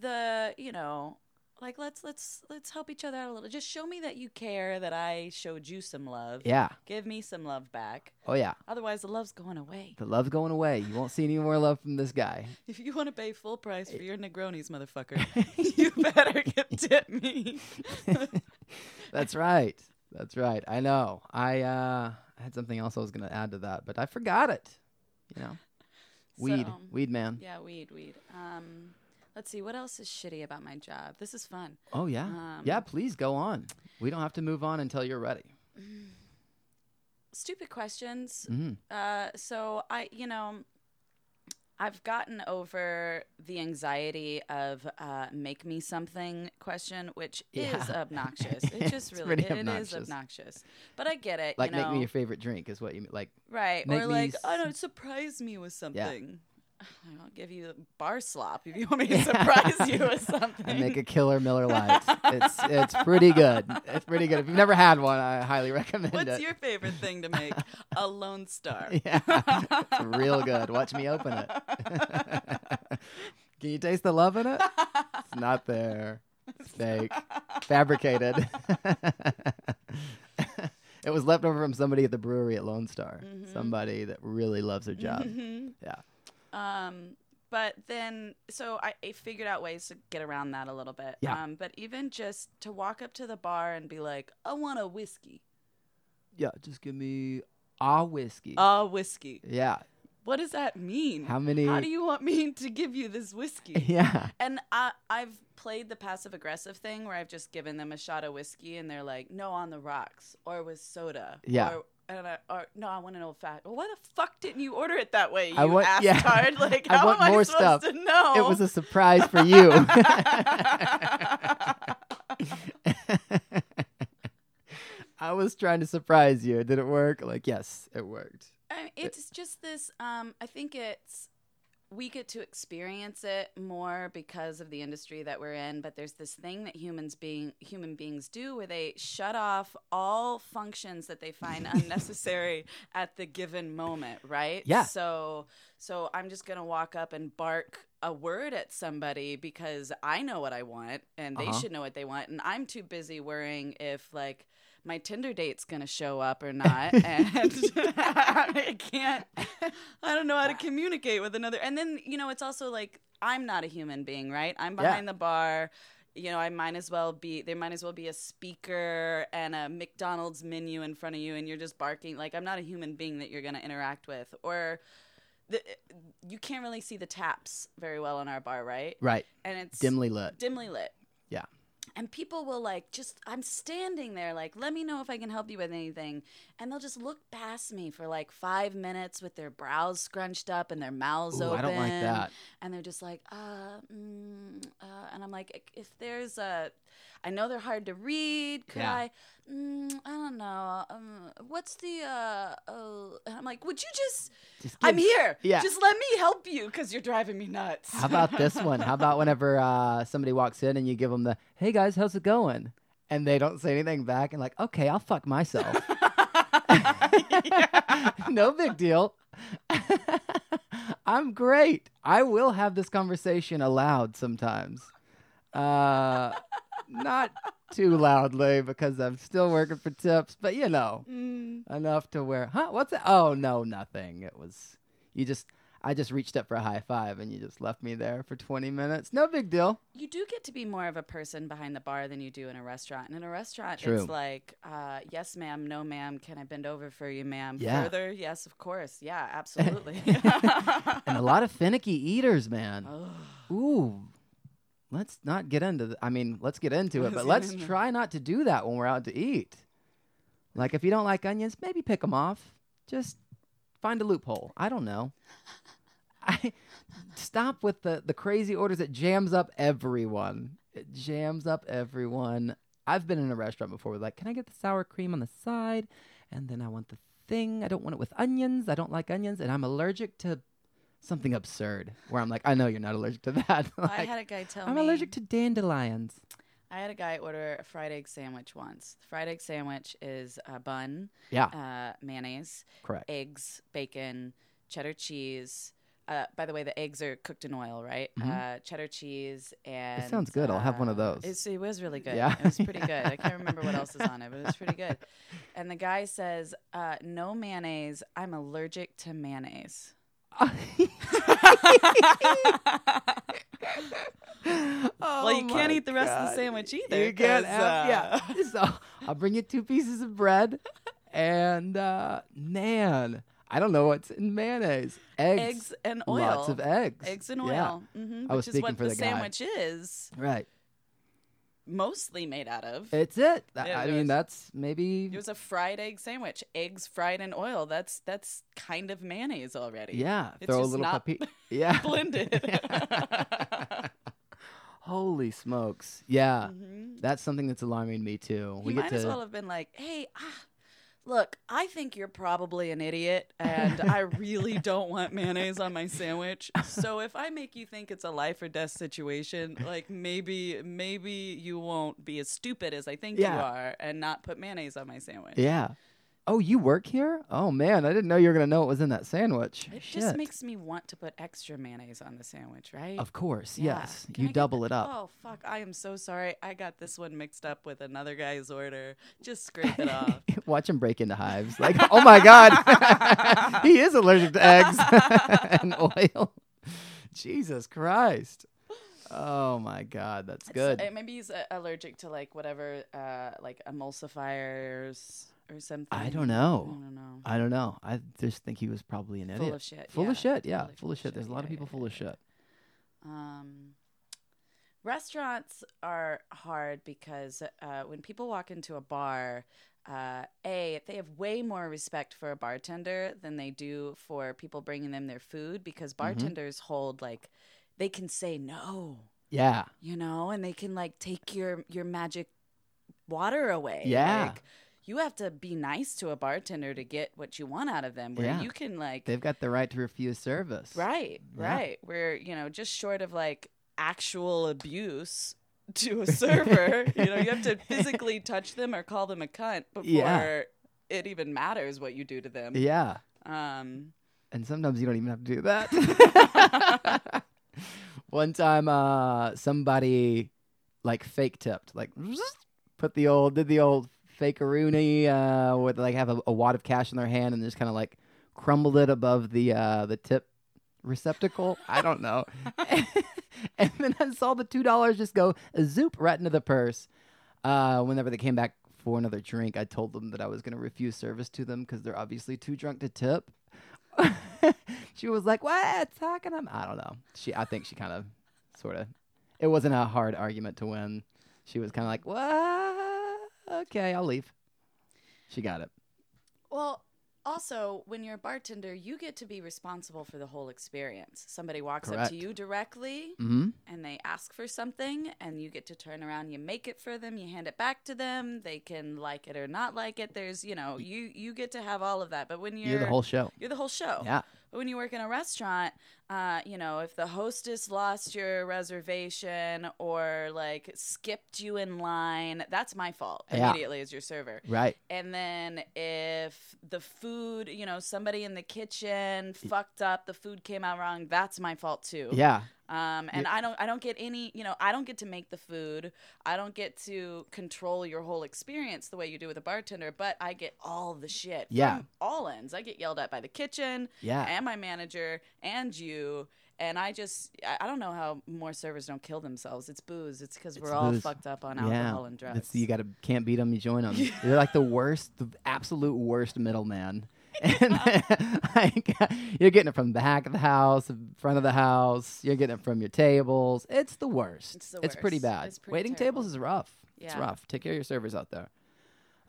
[SPEAKER 2] the you know, like let's let's let's help each other out a little. Just show me that you care that I showed you some love.
[SPEAKER 1] Yeah.
[SPEAKER 2] Give me some love back.
[SPEAKER 1] Oh yeah.
[SPEAKER 2] Otherwise, the love's going away.
[SPEAKER 1] The love's going away. You won't see any more love from this guy.
[SPEAKER 2] If you want to pay full price for your Negronis, motherfucker, you better get tip me.
[SPEAKER 1] That's right. That's right. I know. I uh I had something else I was gonna add to that, but I forgot it. You know. Weed.
[SPEAKER 2] So-
[SPEAKER 1] Weed man.
[SPEAKER 2] Yeah, weed, weed. Um, let's see, what else is shitty about my job? This is fun.
[SPEAKER 1] Oh yeah.
[SPEAKER 2] Um,
[SPEAKER 1] yeah, please go on. We don't have to move on until you're ready.
[SPEAKER 2] Stupid questions.
[SPEAKER 1] hmm
[SPEAKER 2] Uh, so I, you know, I've gotten over the anxiety of uh, "make me something" question, which is
[SPEAKER 1] Yeah.
[SPEAKER 2] obnoxious. It
[SPEAKER 1] It's
[SPEAKER 2] just really,
[SPEAKER 1] pretty
[SPEAKER 2] it is
[SPEAKER 1] obnoxious.
[SPEAKER 2] obnoxious. But I get it.
[SPEAKER 1] Like
[SPEAKER 2] you know,
[SPEAKER 1] make me your favorite drink is what you mean. Like
[SPEAKER 2] right?
[SPEAKER 1] make
[SPEAKER 2] or
[SPEAKER 1] me
[SPEAKER 2] like,
[SPEAKER 1] s-
[SPEAKER 2] oh no, surprise me with something. I'll give you bar slop if you want me to surprise you with something.
[SPEAKER 1] and make a killer Miller Lite. it's it's pretty good. It's pretty good. If you've never had one, I highly recommend
[SPEAKER 2] What's
[SPEAKER 1] it.
[SPEAKER 2] your favorite thing to make? a Lone Star.
[SPEAKER 1] uh, yeah, it's real good. Watch me open it. Can you taste the love in it? It's not there. It's fake. Fabricated. it was left over from somebody at the brewery at Lone Star.
[SPEAKER 2] Mhm.
[SPEAKER 1] Somebody that really loves their job.
[SPEAKER 2] Mhm.
[SPEAKER 1] Yeah.
[SPEAKER 2] Um, but then, so I, I figured out ways to get around that a little bit.
[SPEAKER 1] Yeah.
[SPEAKER 2] Um, but even just to walk up to the bar and be like, I want a whiskey.
[SPEAKER 1] yeah, just give me ah whiskey.
[SPEAKER 2] A whiskey.
[SPEAKER 1] yeah.
[SPEAKER 2] What does that mean?
[SPEAKER 1] How many?
[SPEAKER 2] How do you want me to give you this whiskey?
[SPEAKER 1] yeah.
[SPEAKER 2] And I, I've played the passive aggressive thing where I've just given them a shot of whiskey and they're like, no, on the rocks or with soda.
[SPEAKER 1] Yeah.
[SPEAKER 2] Or, and I, or, no, I want an old fat. Well, why the fuck didn't you order it that way? You
[SPEAKER 1] I want-
[SPEAKER 2] asked
[SPEAKER 1] yeah.
[SPEAKER 2] hard. Like,
[SPEAKER 1] I
[SPEAKER 2] how
[SPEAKER 1] want
[SPEAKER 2] am I
[SPEAKER 1] more
[SPEAKER 2] supposed
[SPEAKER 1] stuff.
[SPEAKER 2] to know?
[SPEAKER 1] It was a surprise for you. I was trying to surprise you. Did it work? Like, yes, it worked.
[SPEAKER 2] I- it's just this. Um, I think it's we get to experience it more because of the industry that we're in. But there's this thing that humans being human beings do where they shut off all functions that they find unnecessary at the given moment, right?
[SPEAKER 1] Yeah.
[SPEAKER 2] So so I'm just gonna walk up and bark a word at somebody because I know what I want and they
[SPEAKER 1] Uh-huh.
[SPEAKER 2] should know what they want, and I'm too busy worrying if like my Tinder date's gonna show up or not, and I can't. I don't know how to communicate with another. And then you know, it's also like I'm not a human being, right? I'm
[SPEAKER 1] Yeah.
[SPEAKER 2] behind the bar. You know, I might as well be. There might as well be a speaker and a McDonald's menu in front of you, and you're just barking. Like I'm not a human being that you're gonna interact with, or. The, you can't really see the taps very well on our bar, right?
[SPEAKER 1] Right.
[SPEAKER 2] And it's
[SPEAKER 1] Dimly lit.
[SPEAKER 2] dimly lit.
[SPEAKER 1] Yeah.
[SPEAKER 2] And people will like just I'm standing there like let me know if I can help you with anything and they'll just look past me for like 5 minutes with their brows scrunched up and their mouths
[SPEAKER 1] Ooh,
[SPEAKER 2] open
[SPEAKER 1] I don't like that.
[SPEAKER 2] and they're just like uh, mm, uh and I'm like if there's a I know they're hard to read could
[SPEAKER 1] Yeah.
[SPEAKER 2] I mm, I don't know um, what's the uh oh and I'm like would you just
[SPEAKER 1] Just
[SPEAKER 2] I'm
[SPEAKER 1] give-
[SPEAKER 2] here
[SPEAKER 1] yeah.
[SPEAKER 2] just let me help you cuz you're driving me nuts
[SPEAKER 1] How about this one? How about whenever uh, somebody walks in and you give them the, hey guys, how's it going? And they don't say anything back and, like, okay, I'll fuck myself. no big deal. I'm great. I will have this conversation aloud sometimes. Uh, not too loudly because I'm still working for tips, but you know,
[SPEAKER 2] Mm.
[SPEAKER 1] enough to where, huh? What's that? Oh, no, nothing. It was, you just, I just reached up for a high five and you just left me there for 20 minutes. No big deal.
[SPEAKER 2] You do get to be more of a person behind the bar than you do in a restaurant. And in a restaurant,
[SPEAKER 1] True.
[SPEAKER 2] it's like, uh, yes, ma'am, no, ma'am, can I bend over for you, ma'am?
[SPEAKER 1] Yeah.
[SPEAKER 2] Further, yes, of course, yeah, absolutely.
[SPEAKER 1] And a lot of finicky eaters, man.
[SPEAKER 2] Ugh.
[SPEAKER 1] Ooh, let's not get into. The, I mean, let's get into it,
[SPEAKER 2] Let's
[SPEAKER 1] but
[SPEAKER 2] get
[SPEAKER 1] let's
[SPEAKER 2] into it.
[SPEAKER 1] try not to do that when we're out to eat. Like, if you don't like onions, maybe pick them off. Just find a loophole. I don't know. I stop with the the crazy orders. It jams up everyone. It jams up everyone. I've been in a restaurant before. Like, can I get the sour cream on the side? And then I want the thing. I don't want it with onions. I don't like onions, and I'm allergic to something absurd. Where I'm like, I know you're not allergic to that.
[SPEAKER 2] I
[SPEAKER 1] Like,
[SPEAKER 2] had a guy tell
[SPEAKER 1] I'm
[SPEAKER 2] me.
[SPEAKER 1] allergic to dandelions.
[SPEAKER 2] I had a guy order a fried egg sandwich once. The fried egg sandwich is a bun,
[SPEAKER 1] Yeah,
[SPEAKER 2] uh, mayonnaise,
[SPEAKER 1] correct.
[SPEAKER 2] eggs, bacon, cheddar cheese. Uh, by the way, the eggs are cooked in oil, right?
[SPEAKER 1] Mhm.
[SPEAKER 2] Uh, cheddar cheese and
[SPEAKER 1] sounds good. I'll have one of
[SPEAKER 2] uh,
[SPEAKER 1] those.
[SPEAKER 2] It's, it was really good.
[SPEAKER 1] Yeah.
[SPEAKER 2] it was pretty good. I can't remember what else is on it, but it was pretty good. And the guy says, uh, "No mayonnaise. I'm allergic to mayonnaise." Oh
[SPEAKER 1] well,
[SPEAKER 2] you can't eat the rest of the sandwich either, uh,
[SPEAKER 1] You can't
[SPEAKER 2] 'cause,
[SPEAKER 1] have, yeah. So I'll bring you two pieces of bread, and uh, man, I don't know what's in mayonnaise. Eggs,
[SPEAKER 2] eggs and oil.
[SPEAKER 1] lots of eggs,
[SPEAKER 2] Eggs and
[SPEAKER 1] Yeah,
[SPEAKER 2] oil, hmm
[SPEAKER 1] I was
[SPEAKER 2] which is
[SPEAKER 1] speaking
[SPEAKER 2] what
[SPEAKER 1] for
[SPEAKER 2] the,
[SPEAKER 1] the guy.
[SPEAKER 2] sandwich is
[SPEAKER 1] Right,
[SPEAKER 2] mostly made out of. It,
[SPEAKER 1] it's it. I-
[SPEAKER 2] Yeah,
[SPEAKER 1] I
[SPEAKER 2] it
[SPEAKER 1] mean,
[SPEAKER 2] was-
[SPEAKER 1] that's maybe
[SPEAKER 2] was a fried egg sandwich, eggs fried in oil. That's that's kind of mayonnaise already.
[SPEAKER 1] yeah.
[SPEAKER 2] It's
[SPEAKER 1] Throw a
[SPEAKER 2] just
[SPEAKER 1] little
[SPEAKER 2] not
[SPEAKER 1] papi- yeah,
[SPEAKER 2] blended.
[SPEAKER 1] Holy smokes! Yeah,
[SPEAKER 2] Mhm.
[SPEAKER 1] that's something that's alarming me too.
[SPEAKER 2] He might as well have been like, "Hey, ah, look, I think you're probably an idiot, and I really don't want mayonnaise on my sandwich. So if I make you think it's a life or death situation, like maybe, maybe you won't be as stupid as I think you
[SPEAKER 1] Yeah.
[SPEAKER 2] are, and not put mayonnaise on my sandwich.
[SPEAKER 1] Yeah. Oh, you work here? Oh man, I didn't know you were gonna know what was in that sandwich.
[SPEAKER 2] It
[SPEAKER 1] Shit.
[SPEAKER 2] just makes me want to put extra mayonnaise on the sandwich, right?
[SPEAKER 1] Of course,
[SPEAKER 2] Yeah.
[SPEAKER 1] yes.
[SPEAKER 2] Can I
[SPEAKER 1] you
[SPEAKER 2] get
[SPEAKER 1] double
[SPEAKER 2] the-
[SPEAKER 1] it up.
[SPEAKER 2] Oh fuck! I am so sorry. I got this one mixed up with another guy's order. Just scrape it off.
[SPEAKER 1] Watch him break into hives. Like, oh my god, he is allergic to eggs and oil. Jesus Christ. Oh my god, that's
[SPEAKER 2] It's-
[SPEAKER 1] good.
[SPEAKER 2] uh, maybe he's uh, allergic to like whatever, uh, like emulsifiers or something.
[SPEAKER 1] I don't know.
[SPEAKER 2] I don't know.
[SPEAKER 1] I don't know. I just think he was probably an
[SPEAKER 2] full
[SPEAKER 1] idiot.
[SPEAKER 2] of shit.
[SPEAKER 1] full
[SPEAKER 2] yeah.
[SPEAKER 1] of shit. Yeah,
[SPEAKER 2] Totally
[SPEAKER 1] full of shit. There's a lot of
[SPEAKER 2] yeah,
[SPEAKER 1] people
[SPEAKER 2] yeah,
[SPEAKER 1] full of
[SPEAKER 2] yeah.
[SPEAKER 1] shit.
[SPEAKER 2] Um, restaurants are hard because uh, when people walk into a bar, uh, a they have way more respect for a bartender than they do for people bringing them their food because
[SPEAKER 1] Mm-hmm.
[SPEAKER 2] bartenders hold like they can say no.
[SPEAKER 1] Yeah.
[SPEAKER 2] you know and they can like take your your magic water away
[SPEAKER 1] Yeah.
[SPEAKER 2] like, you have to be nice to a bartender to get what you want out of them where
[SPEAKER 1] Yeah.
[SPEAKER 2] you can like
[SPEAKER 1] They've got the right to refuse service.
[SPEAKER 2] right
[SPEAKER 1] Yeah.
[SPEAKER 2] right where you know just short of like actual abuse to a server you know you have to physically touch them or call them a cunt before
[SPEAKER 1] Yeah.
[SPEAKER 2] it even matters what you do to them
[SPEAKER 1] Yeah.
[SPEAKER 2] um
[SPEAKER 1] And sometimes you don't even have to do that. One time, uh, somebody like fake tipped, like put the old, did the old fakeroony uh, with like have a, a wad of cash in their hand and just kind of like crumbled it above the uh, the tip receptacle. I don't know. and then I saw the two dollars just go zoop right into the purse. Uh, whenever they came back for another drink, I told them that I was going to refuse service to them because they're obviously too drunk to tip. she was like, "What talking?" About? I don't know. She, I think she kind of, sort of. It wasn't a hard argument to win. She was kind of like, "What? Okay, I'll leave." She got it.
[SPEAKER 2] Well, also, when you're a bartender, you get to be responsible for the whole experience. Somebody walks up
[SPEAKER 1] Correct.
[SPEAKER 2] to you directly
[SPEAKER 1] Mm-hmm.
[SPEAKER 2] and they ask for something, and you get to turn around, you make it for them, you hand it back to them. They can like it or not like it. There's, you know, you you get to have all of that. But when you're Oh.
[SPEAKER 1] You're, the whole show.
[SPEAKER 2] you're the whole show.
[SPEAKER 1] Yeah.
[SPEAKER 2] But when you work in a restaurant, uh, you know, if the hostess lost your reservation or like skipped you in line, that's my fault
[SPEAKER 1] Yeah.
[SPEAKER 2] immediately as your server.
[SPEAKER 1] Right.
[SPEAKER 2] And then if the food, you know, somebody in the kitchen fucked up, the food came out wrong, that's my fault too.
[SPEAKER 1] Yeah.
[SPEAKER 2] Um, and I don't I don't get any, you know, I don't get to make the food. I don't get to control your whole experience the way you do with a bartender, but I get all the shit.
[SPEAKER 1] Yeah.
[SPEAKER 2] From all ends. I get yelled at by the kitchen
[SPEAKER 1] Yeah.
[SPEAKER 2] and my manager and you. And I just, I I don't know how more servers don't kill themselves. It's booze. It's because we're
[SPEAKER 1] It's
[SPEAKER 2] all
[SPEAKER 1] booze.
[SPEAKER 2] fucked up on
[SPEAKER 1] Yeah.
[SPEAKER 2] alcohol and drugs.
[SPEAKER 1] That's you gotta can't beat them. You join them. They're like the worst, the absolute worst middleman. And like, you're getting it from the back of the house, front of the house. You're getting it from your tables. It's the worst.
[SPEAKER 2] It's the
[SPEAKER 1] pretty
[SPEAKER 2] worst.
[SPEAKER 1] bad.
[SPEAKER 2] It's pretty
[SPEAKER 1] Waiting
[SPEAKER 2] terrible.
[SPEAKER 1] tables is rough. It's
[SPEAKER 2] Yeah.
[SPEAKER 1] rough. Take care of your servers out there.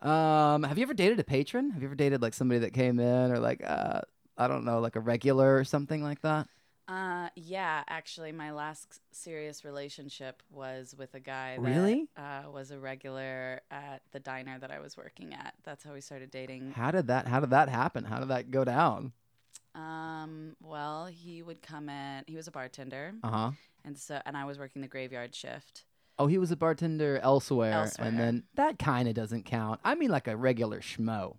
[SPEAKER 1] Um, have you ever dated a patron? Have you ever dated like somebody that came in or like uh, I don't know, like a regular or something like that?
[SPEAKER 2] Uh, yeah, actually, my last s- serious relationship was with a guy that
[SPEAKER 1] Really?
[SPEAKER 2] uh, was a regular at the diner that I was working at. That's how we started dating.
[SPEAKER 1] How did that? How did that happen? How did that go down?
[SPEAKER 2] Um, well, he would come in. He was a bartender,
[SPEAKER 1] Uh huh.
[SPEAKER 2] and so and I was working the graveyard shift.
[SPEAKER 1] Oh, he was a bartender elsewhere,
[SPEAKER 2] Elsewhere.
[SPEAKER 1] and then that kind of doesn't count. I mean, like a regular schmo.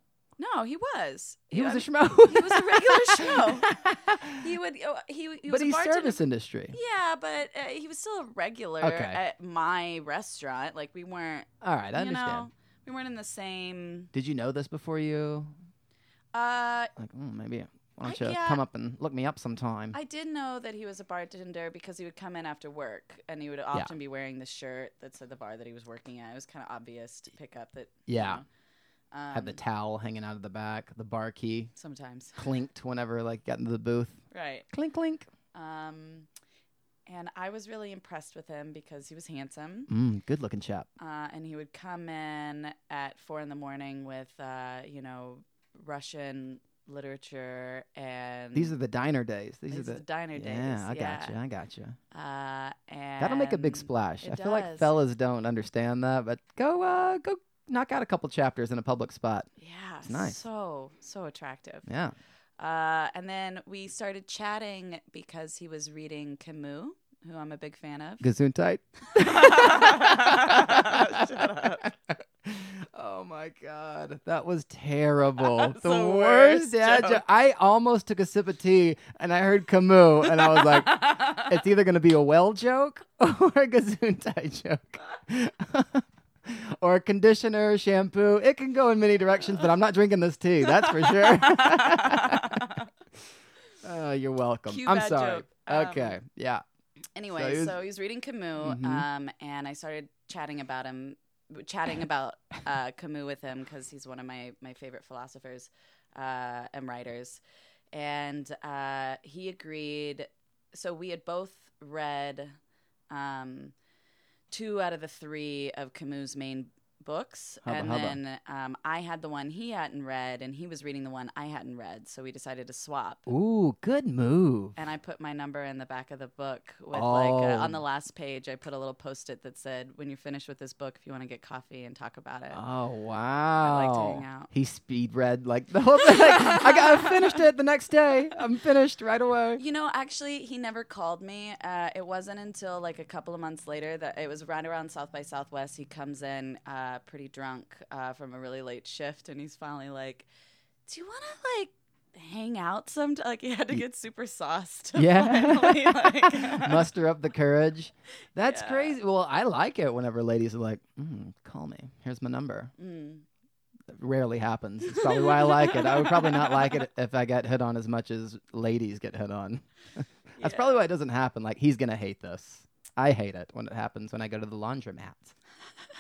[SPEAKER 2] No, he was.
[SPEAKER 1] He
[SPEAKER 2] You-
[SPEAKER 1] was
[SPEAKER 2] I
[SPEAKER 1] a
[SPEAKER 2] mean,
[SPEAKER 1] schmo.
[SPEAKER 2] he was a regular
[SPEAKER 1] schmo.
[SPEAKER 2] He would. oh, He, w- he was
[SPEAKER 1] but
[SPEAKER 2] a
[SPEAKER 1] he's
[SPEAKER 2] bartender.
[SPEAKER 1] service industry.
[SPEAKER 2] Yeah, but uh, he was still a regular
[SPEAKER 1] Okay.
[SPEAKER 2] at my restaurant. Like we weren't.
[SPEAKER 1] All right, I
[SPEAKER 2] you
[SPEAKER 1] understand.
[SPEAKER 2] know, we weren't in the same.
[SPEAKER 1] Did you know this before you?
[SPEAKER 2] Uh,
[SPEAKER 1] Like, mm, maybe why
[SPEAKER 2] I-
[SPEAKER 1] don't you
[SPEAKER 2] yeah.
[SPEAKER 1] come up and look me up sometime?
[SPEAKER 2] I did know that he was a bartender because he would come in after work and he would often be wearing the shirt that said the bar that he was working at. It was kind of obvious to pick up that. you
[SPEAKER 1] Yeah.
[SPEAKER 2] know, um,
[SPEAKER 1] Had the towel hanging out of the back, the bar key
[SPEAKER 2] sometimes.
[SPEAKER 1] clinked whenever like got into the booth.
[SPEAKER 2] Right.
[SPEAKER 1] Clink, clink.
[SPEAKER 2] Um, and I was really impressed with him because he was handsome.
[SPEAKER 1] Mm, good looking chap.
[SPEAKER 2] Uh, and he would come in at four in the morning with, uh, you know, Russian literature and.
[SPEAKER 1] These are the diner days. These,
[SPEAKER 2] Mm. these
[SPEAKER 1] are the.
[SPEAKER 2] diner days.
[SPEAKER 1] yeah, I gotcha. I gotcha.
[SPEAKER 2] Uh, and
[SPEAKER 1] That'll make a big splash.
[SPEAKER 2] it
[SPEAKER 1] I feel like
[SPEAKER 2] does.
[SPEAKER 1] fellas don't understand that, but go uh, go knock out a couple chapters in a public spot.
[SPEAKER 2] Yeah,
[SPEAKER 1] nice.
[SPEAKER 2] so so attractive.
[SPEAKER 1] Yeah.
[SPEAKER 2] Uh, and then we started chatting because he was reading Camus, who I'm a big fan of.
[SPEAKER 1] Gesundheit.
[SPEAKER 2] Shut
[SPEAKER 1] Oh my god, that was terrible.
[SPEAKER 2] That's
[SPEAKER 1] the
[SPEAKER 2] the
[SPEAKER 1] worst
[SPEAKER 2] worst
[SPEAKER 1] dad
[SPEAKER 2] joke.
[SPEAKER 1] joke. I almost took a sip of tea and I heard Camus and I was like, it's either going to be a well joke or a Gesundheit joke. or a conditioner, shampoo. It can go in many directions, but I'm not drinking this tea, that's for sure. Oh, you're welcome.
[SPEAKER 2] Cue
[SPEAKER 1] I'm
[SPEAKER 2] bad
[SPEAKER 1] sorry.
[SPEAKER 2] joke. Um,
[SPEAKER 1] okay. Yeah.
[SPEAKER 2] anyway,
[SPEAKER 1] So
[SPEAKER 2] so
[SPEAKER 1] he
[SPEAKER 2] he
[SPEAKER 1] was-
[SPEAKER 2] was, reading Camus,
[SPEAKER 1] Mhm.
[SPEAKER 2] um, and I started chatting about him, chatting about uh, Camus with him because he's one of my my favorite philosophers uh, and writers, and uh, he agreed. So we had both read um, two out of the three of Camus' main books,
[SPEAKER 1] Hubba
[SPEAKER 2] and
[SPEAKER 1] hubba.
[SPEAKER 2] then um, I had the one he hadn't read, and he was reading the one I hadn't read. So we decided to swap
[SPEAKER 1] Ooh, good move.
[SPEAKER 2] and I put my number in the back of the book with
[SPEAKER 1] Oh.
[SPEAKER 2] like uh, on the last page I put a little post-it that said when you're finished with this book if you want to get coffee and talk about it.
[SPEAKER 1] Oh wow!
[SPEAKER 2] hang out.
[SPEAKER 1] He speed read like the whole thing. Like, I, got, I finished it the next day. I'm finished right away.
[SPEAKER 2] you know, actually, he never called me. Uh, it wasn't until like a couple of months later that it was right around South by Southwest. He comes in uh, pretty drunk uh, from a really late shift, and he's finally like, "Do you want to like hang out some?" Like he had to get super sauced. to finally,
[SPEAKER 1] Yeah,
[SPEAKER 2] like-
[SPEAKER 1] muster up the courage. That's
[SPEAKER 2] Yeah.
[SPEAKER 1] "Hmm, crazy. Well, I like it whenever ladies are like, mm, "Call me. Here's my number."
[SPEAKER 2] Mm.
[SPEAKER 1] rarely happens. It's probably why I like it. I would probably not like it if I got hit on as much as ladies get hit on. That's
[SPEAKER 2] Yeah.
[SPEAKER 1] probably why it doesn't happen. Like he's gonna hate this. I hate it when it happens when I go to the laundromat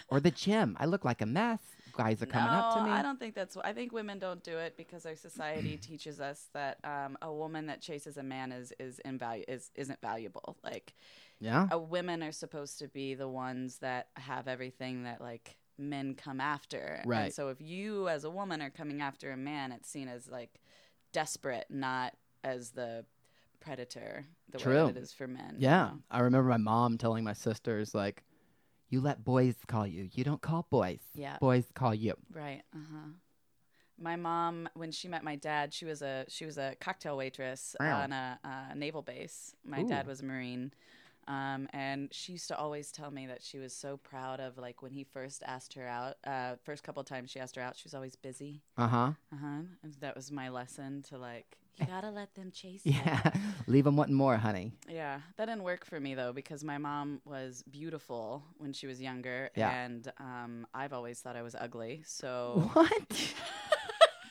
[SPEAKER 1] or the gym. I look like a mess. Guys are coming
[SPEAKER 2] no,
[SPEAKER 1] up to me.
[SPEAKER 2] I don't think that's. wh- I think women don't do it because our society teaches us that um, a woman that chases a man is is invalu- is isn't valuable. Like
[SPEAKER 1] yeah.
[SPEAKER 2] uh, women are supposed to be the ones that have everything that like men come after.
[SPEAKER 1] Right.
[SPEAKER 2] And so if you as a woman are coming after a man, it's seen as like desperate, not as the predator. The
[SPEAKER 1] True.
[SPEAKER 2] way that it is for men. you
[SPEAKER 1] Yeah.
[SPEAKER 2] know?
[SPEAKER 1] I remember my mom telling my sisters like, "You let boys call you. You don't call boys.
[SPEAKER 2] Yeah.
[SPEAKER 1] Boys call you."
[SPEAKER 2] Right. Uh huh. My mom, when she met my dad, she was a she was a cocktail waitress
[SPEAKER 1] Wow.
[SPEAKER 2] on a, uh naval base. My dad
[SPEAKER 1] Ooh.
[SPEAKER 2] was a marine, um, and she used to always tell me that she was so proud of like when he first asked her out. Uh, first couple times she asked her out, she was always busy.
[SPEAKER 1] Uh huh.
[SPEAKER 2] Uh huh. And that was my lesson to like you gotta let them chase you.
[SPEAKER 1] Yeah. Leave them wanting more, honey.
[SPEAKER 2] Yeah, that didn't work for me though because my mom was beautiful when she was younger,
[SPEAKER 1] Yeah.
[SPEAKER 2] and um, I've always thought I was ugly. So
[SPEAKER 1] What?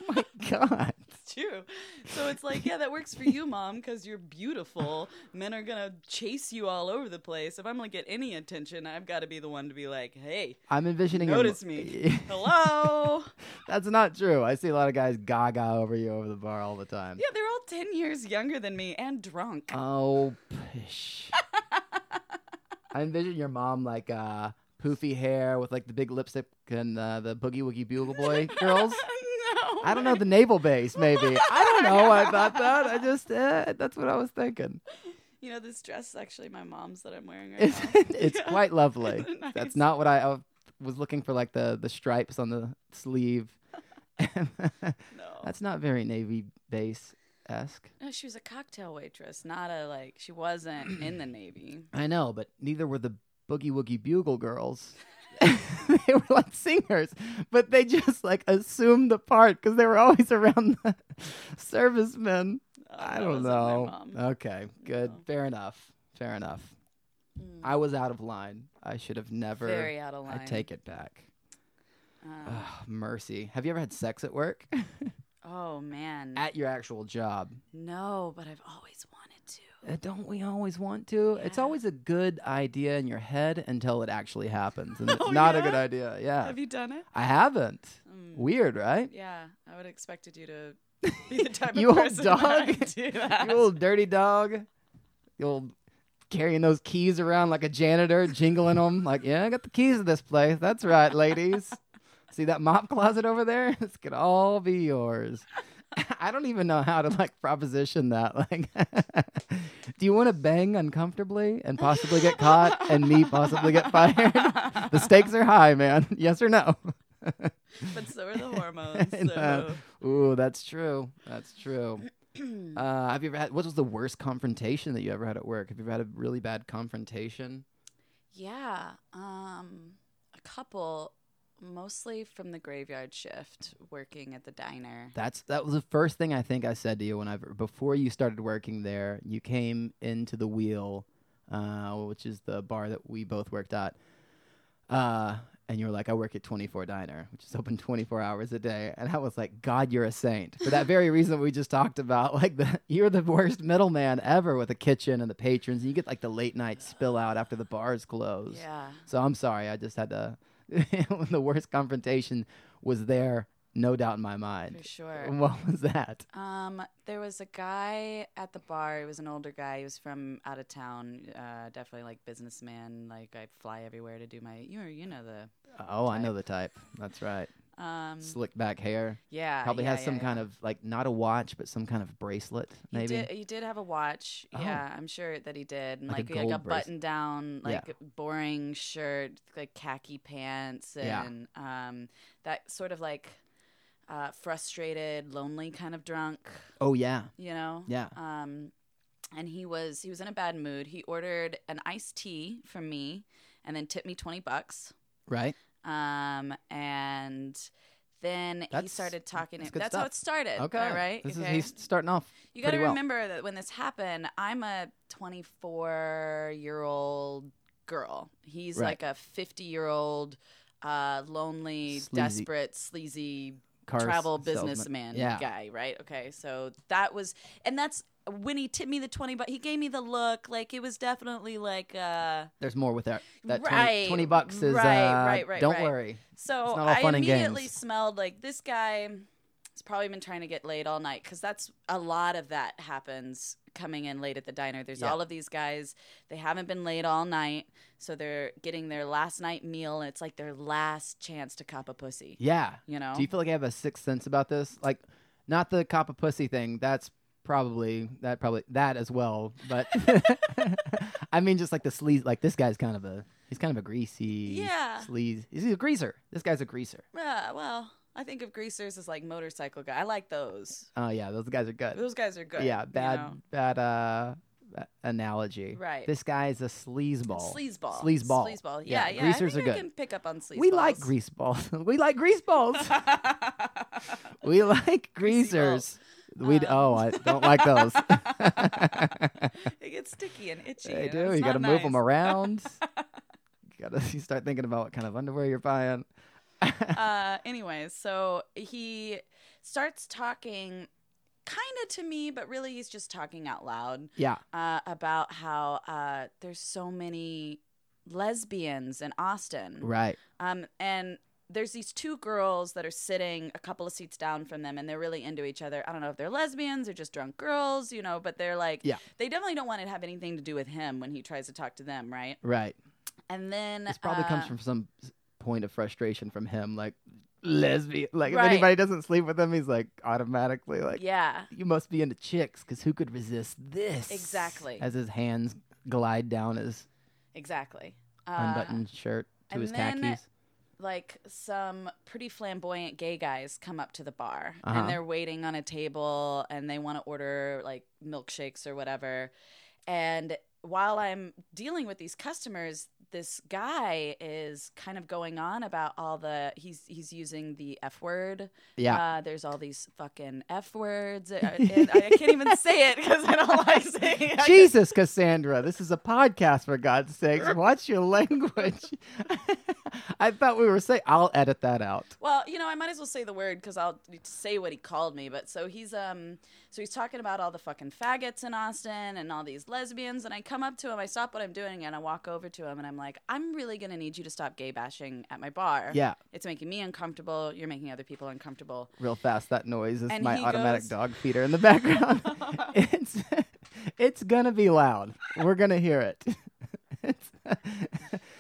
[SPEAKER 1] oh my god.
[SPEAKER 2] It's true. So it's like, yeah, that works for you, mom, because you're beautiful. Men are gonna chase you all over the place. If I'm gonna get any attention, I've got to be the one to be like, hey,
[SPEAKER 1] I'm envisioning. a-
[SPEAKER 2] Notice me. hello.
[SPEAKER 1] That's not true. I see a lot of guys gaga over you over the bar all the time.
[SPEAKER 2] yeah, they're all ten years younger than me and drunk.
[SPEAKER 1] Oh, pish. I envision your mom like uh, poofy hair with like the big lipstick and uh, the boogie woogie bugle boy girls.
[SPEAKER 2] no.
[SPEAKER 1] I don't know the naval base, maybe. I don't know. I thought that. I just uh, that's what I was thinking.
[SPEAKER 2] You know, this dress is actually my mom's that I'm wearing right
[SPEAKER 1] It's,
[SPEAKER 2] now.
[SPEAKER 1] it's
[SPEAKER 2] Yeah.
[SPEAKER 1] quite lovely.
[SPEAKER 2] Isn't it
[SPEAKER 1] That's
[SPEAKER 2] nice?
[SPEAKER 1] not what I, I was looking for, like the the stripes on the sleeve.
[SPEAKER 2] No.
[SPEAKER 1] that's not very navy base esque.
[SPEAKER 2] no, she was a cocktail waitress, not a like. She wasn't in the navy.
[SPEAKER 1] I know, but neither were the Boogie Woogie Bugle girls. they were like singers, but they just like assumed the part because they were always around the servicemen.
[SPEAKER 2] Oh,
[SPEAKER 1] I
[SPEAKER 2] that
[SPEAKER 1] don't
[SPEAKER 2] wasn't my
[SPEAKER 1] know. Uh,
[SPEAKER 2] mom.
[SPEAKER 1] Okay, good.
[SPEAKER 2] No.
[SPEAKER 1] Fair enough. Fair enough.
[SPEAKER 2] Mm.
[SPEAKER 1] I was out of line. I should have never.
[SPEAKER 2] Very out of
[SPEAKER 1] I
[SPEAKER 2] line.
[SPEAKER 1] take it back.
[SPEAKER 2] Um,
[SPEAKER 1] Oh, mercy. Have you ever had sex at work?
[SPEAKER 2] Oh man.
[SPEAKER 1] at your actual job?
[SPEAKER 2] no, but I've always wanted to.
[SPEAKER 1] Uh, Don't we always want to? It's
[SPEAKER 2] Yeah.
[SPEAKER 1] always a good idea in your head until it actually happens. And it's
[SPEAKER 2] Oh,
[SPEAKER 1] not a
[SPEAKER 2] yeah?
[SPEAKER 1] good idea. Yeah.
[SPEAKER 2] Have you done it?
[SPEAKER 1] I haven't.
[SPEAKER 2] Mm,
[SPEAKER 1] Weird, right?
[SPEAKER 2] yeah, I would have expected you to be the type
[SPEAKER 1] You
[SPEAKER 2] of
[SPEAKER 1] old
[SPEAKER 2] person that
[SPEAKER 1] dog.
[SPEAKER 2] would do that.
[SPEAKER 1] You old dirty dog. You old carrying those keys around like a janitor, jingling them. Like, yeah, I got the keys to this place. That's right, ladies. See that mop closet over there? This could all be yours. I don't even know how to like proposition that. Like, do you want to bang uncomfortably and possibly get caught and me possibly get fired? the stakes are high, man. Yes or no?
[SPEAKER 2] but so are the hormones.
[SPEAKER 1] I know.
[SPEAKER 2] So.
[SPEAKER 1] Ooh, that's true. That's true. Uh, have you ever had? What was the worst confrontation that you ever had at work? Have you ever had a really bad confrontation?
[SPEAKER 2] yeah, um, a couple, mostly from the graveyard shift, working at the diner.
[SPEAKER 1] That's that was the first thing I think I said to you when I before you started working there. You came into the wheel, uh, which is the bar that we both worked at, uh, and you were like, "I work at Twenty Four Diner, which is open twenty four hours a day," and I was like, "God, you're a saint for that very reason we just talked about. Like, the, you're the worst middleman ever with the kitchen and the patrons, and you get like the late night spill out after the bars close."
[SPEAKER 2] Yeah.
[SPEAKER 1] So I'm sorry. I just had to. the worst confrontation was there, no doubt in my mind.
[SPEAKER 2] For sure.
[SPEAKER 1] What was that?
[SPEAKER 2] Um, there was a guy at the bar. He was an older guy. He was from out of town. Uh, definitely like businessman. Like I fly everywhere to do my. You you know the.
[SPEAKER 1] Oh, I know the type. That's right.
[SPEAKER 2] Um,
[SPEAKER 1] Slick back hair.
[SPEAKER 2] yeah.
[SPEAKER 1] Probably
[SPEAKER 2] yeah,
[SPEAKER 1] has some
[SPEAKER 2] yeah,
[SPEAKER 1] kind
[SPEAKER 2] yeah.
[SPEAKER 1] of like not a watch, but some kind of bracelet,
[SPEAKER 2] He
[SPEAKER 1] maybe.
[SPEAKER 2] did, he did have a watch.
[SPEAKER 1] Oh.
[SPEAKER 2] Yeah, I'm sure that he did. And
[SPEAKER 1] Like
[SPEAKER 2] like
[SPEAKER 1] a
[SPEAKER 2] like a,
[SPEAKER 1] gold bracelet.
[SPEAKER 2] button down,
[SPEAKER 1] Yeah.
[SPEAKER 2] like boring shirt, like khaki pants,
[SPEAKER 1] Yeah.
[SPEAKER 2] and um, that sort of like uh, frustrated, lonely kind of drunk.
[SPEAKER 1] Oh yeah,
[SPEAKER 2] You know.
[SPEAKER 1] yeah.
[SPEAKER 2] um, and he was he was in a bad mood. He ordered an iced tea from me, and then tipped me twenty bucks.
[SPEAKER 1] Right.
[SPEAKER 2] Um, and then he
[SPEAKER 1] That's-
[SPEAKER 2] started talking.
[SPEAKER 1] that's
[SPEAKER 2] to
[SPEAKER 1] good
[SPEAKER 2] that's how
[SPEAKER 1] stuff.
[SPEAKER 2] it started.
[SPEAKER 1] Okay.
[SPEAKER 2] all Uh, right.
[SPEAKER 1] This
[SPEAKER 2] okay.
[SPEAKER 1] is he's starting off.
[SPEAKER 2] you got to
[SPEAKER 1] pretty well.
[SPEAKER 2] remember that when this happened, I'm a 24 year old girl. He's
[SPEAKER 1] Right.
[SPEAKER 2] like a 50 year old uh, lonely,
[SPEAKER 1] Sleazy.
[SPEAKER 2] desperate, sleazy
[SPEAKER 1] Car
[SPEAKER 2] travel
[SPEAKER 1] s- salesman.
[SPEAKER 2] businessman
[SPEAKER 1] Yeah.
[SPEAKER 2] guy, right? Okay, so that was, and that's when he tipped me the twenty. But he gave me the look, like it was definitely like, uh,
[SPEAKER 1] There's more with that. That 20
[SPEAKER 2] Right,
[SPEAKER 1] 20, bucks is.
[SPEAKER 2] right,
[SPEAKER 1] uh,
[SPEAKER 2] right, right,
[SPEAKER 1] Don't
[SPEAKER 2] right.
[SPEAKER 1] worry.
[SPEAKER 2] so
[SPEAKER 1] It's not all
[SPEAKER 2] I
[SPEAKER 1] fun and
[SPEAKER 2] immediately
[SPEAKER 1] games.
[SPEAKER 2] smelled like this guy has probably been trying to get laid all night because that's a lot of that happens coming in late at the diner. There's
[SPEAKER 1] Yeah.
[SPEAKER 2] all of these guys, they haven't been laid all night, so they're getting their last night meal, and it's like their last chance to cop a pussy.
[SPEAKER 1] Yeah.
[SPEAKER 2] You know,
[SPEAKER 1] Do you feel like I have a sixth sense about this? Like, not the cop a pussy thing. That's probably that probably that as well. But I mean, just like the sleaze. Like this guy's kind of a he's kind of a greasy.
[SPEAKER 2] Yeah.
[SPEAKER 1] Sleaze. He's a greaser. This guy's a greaser.
[SPEAKER 2] Uh, well, I think of greasers as like motorcycle guy. I like those.
[SPEAKER 1] Oh yeah, those guys are good.
[SPEAKER 2] Those guys are good.
[SPEAKER 1] yeah.
[SPEAKER 2] you
[SPEAKER 1] Bad
[SPEAKER 2] know?
[SPEAKER 1] bad uh a- analogy.
[SPEAKER 2] Right.
[SPEAKER 1] This guy is a sleazeball.
[SPEAKER 2] Sleazeball.
[SPEAKER 1] Sleazeball.
[SPEAKER 2] Sleazeball.
[SPEAKER 1] Yeah,
[SPEAKER 2] Yeah, yeah.
[SPEAKER 1] greasers
[SPEAKER 2] I think
[SPEAKER 1] are
[SPEAKER 2] I
[SPEAKER 1] good.
[SPEAKER 2] can pick up on sleazeballs.
[SPEAKER 1] We like grease balls. we like grease balls. we like
[SPEAKER 2] Greasy
[SPEAKER 1] greasers.
[SPEAKER 2] balls.
[SPEAKER 1] We d
[SPEAKER 2] Um.
[SPEAKER 1] oh, I don't like those.
[SPEAKER 2] it gets sticky and itchy.
[SPEAKER 1] They
[SPEAKER 2] and
[SPEAKER 1] do.
[SPEAKER 2] it's
[SPEAKER 1] You got to
[SPEAKER 2] not
[SPEAKER 1] move them
[SPEAKER 2] nice.
[SPEAKER 1] around. you got to you start thinking about what kind of underwear you're buying.
[SPEAKER 2] uh, anyways, so he starts talking kind of to me, but really he's just talking out loud.
[SPEAKER 1] Yeah.
[SPEAKER 2] uh, about how uh, there's so many lesbians in Austin.
[SPEAKER 1] Right.
[SPEAKER 2] Um, and there's these two girls that are sitting a couple of seats down from them, and they're really into each other. I don't know if they're lesbians or just drunk girls, you know, but they're like,
[SPEAKER 1] Yeah.
[SPEAKER 2] they definitely don't want to have anything to do with him when he tries to talk to them, right?
[SPEAKER 1] Right.
[SPEAKER 2] And then
[SPEAKER 1] This probably comes
[SPEAKER 2] uh,
[SPEAKER 1] from some s- point of frustration from him, like lesbian. Like if
[SPEAKER 2] Right.
[SPEAKER 1] anybody doesn't sleep with him, he's like automatically like,
[SPEAKER 2] yeah,
[SPEAKER 1] you must be into chicks, because who could resist this?
[SPEAKER 2] Exactly.
[SPEAKER 1] As his hands glide down his
[SPEAKER 2] exactly. Uh,
[SPEAKER 1] unbuttoned shirt to
[SPEAKER 2] and
[SPEAKER 1] his
[SPEAKER 2] then-
[SPEAKER 1] khakis.
[SPEAKER 2] like some pretty flamboyant gay guys come up to the bar
[SPEAKER 1] Uh-huh.
[SPEAKER 2] and they're waiting on a table and they want to order like milkshakes or whatever. And while I'm dealing with these customers, this guy is kind of going on about all the he's he's using the F word.
[SPEAKER 1] Yeah.
[SPEAKER 2] Uh, there's all these fucking F words. Uh, and I can't even say it because I don't like saying it.
[SPEAKER 1] Jesus, Cassandra, this is a podcast for God's sakes. Watch your language. I thought we were saying I'll edit that out.
[SPEAKER 2] Well, you know, I might as well say the word because I'll say what he called me. But so he's um, so he's talking about all the fucking faggots in Austin and all these lesbians. And I come up to him, I stop what I'm doing, and I walk over to him, and I'm like, I'm really gonna need you to stop gay bashing at my bar.
[SPEAKER 1] Yeah,
[SPEAKER 2] it's making me uncomfortable. You're making other people uncomfortable.
[SPEAKER 1] real fast. That noise is
[SPEAKER 2] And
[SPEAKER 1] my
[SPEAKER 2] he
[SPEAKER 1] automatic
[SPEAKER 2] goes-
[SPEAKER 1] dog feeder in the background. it's it's gonna be loud. We're gonna hear it. It's-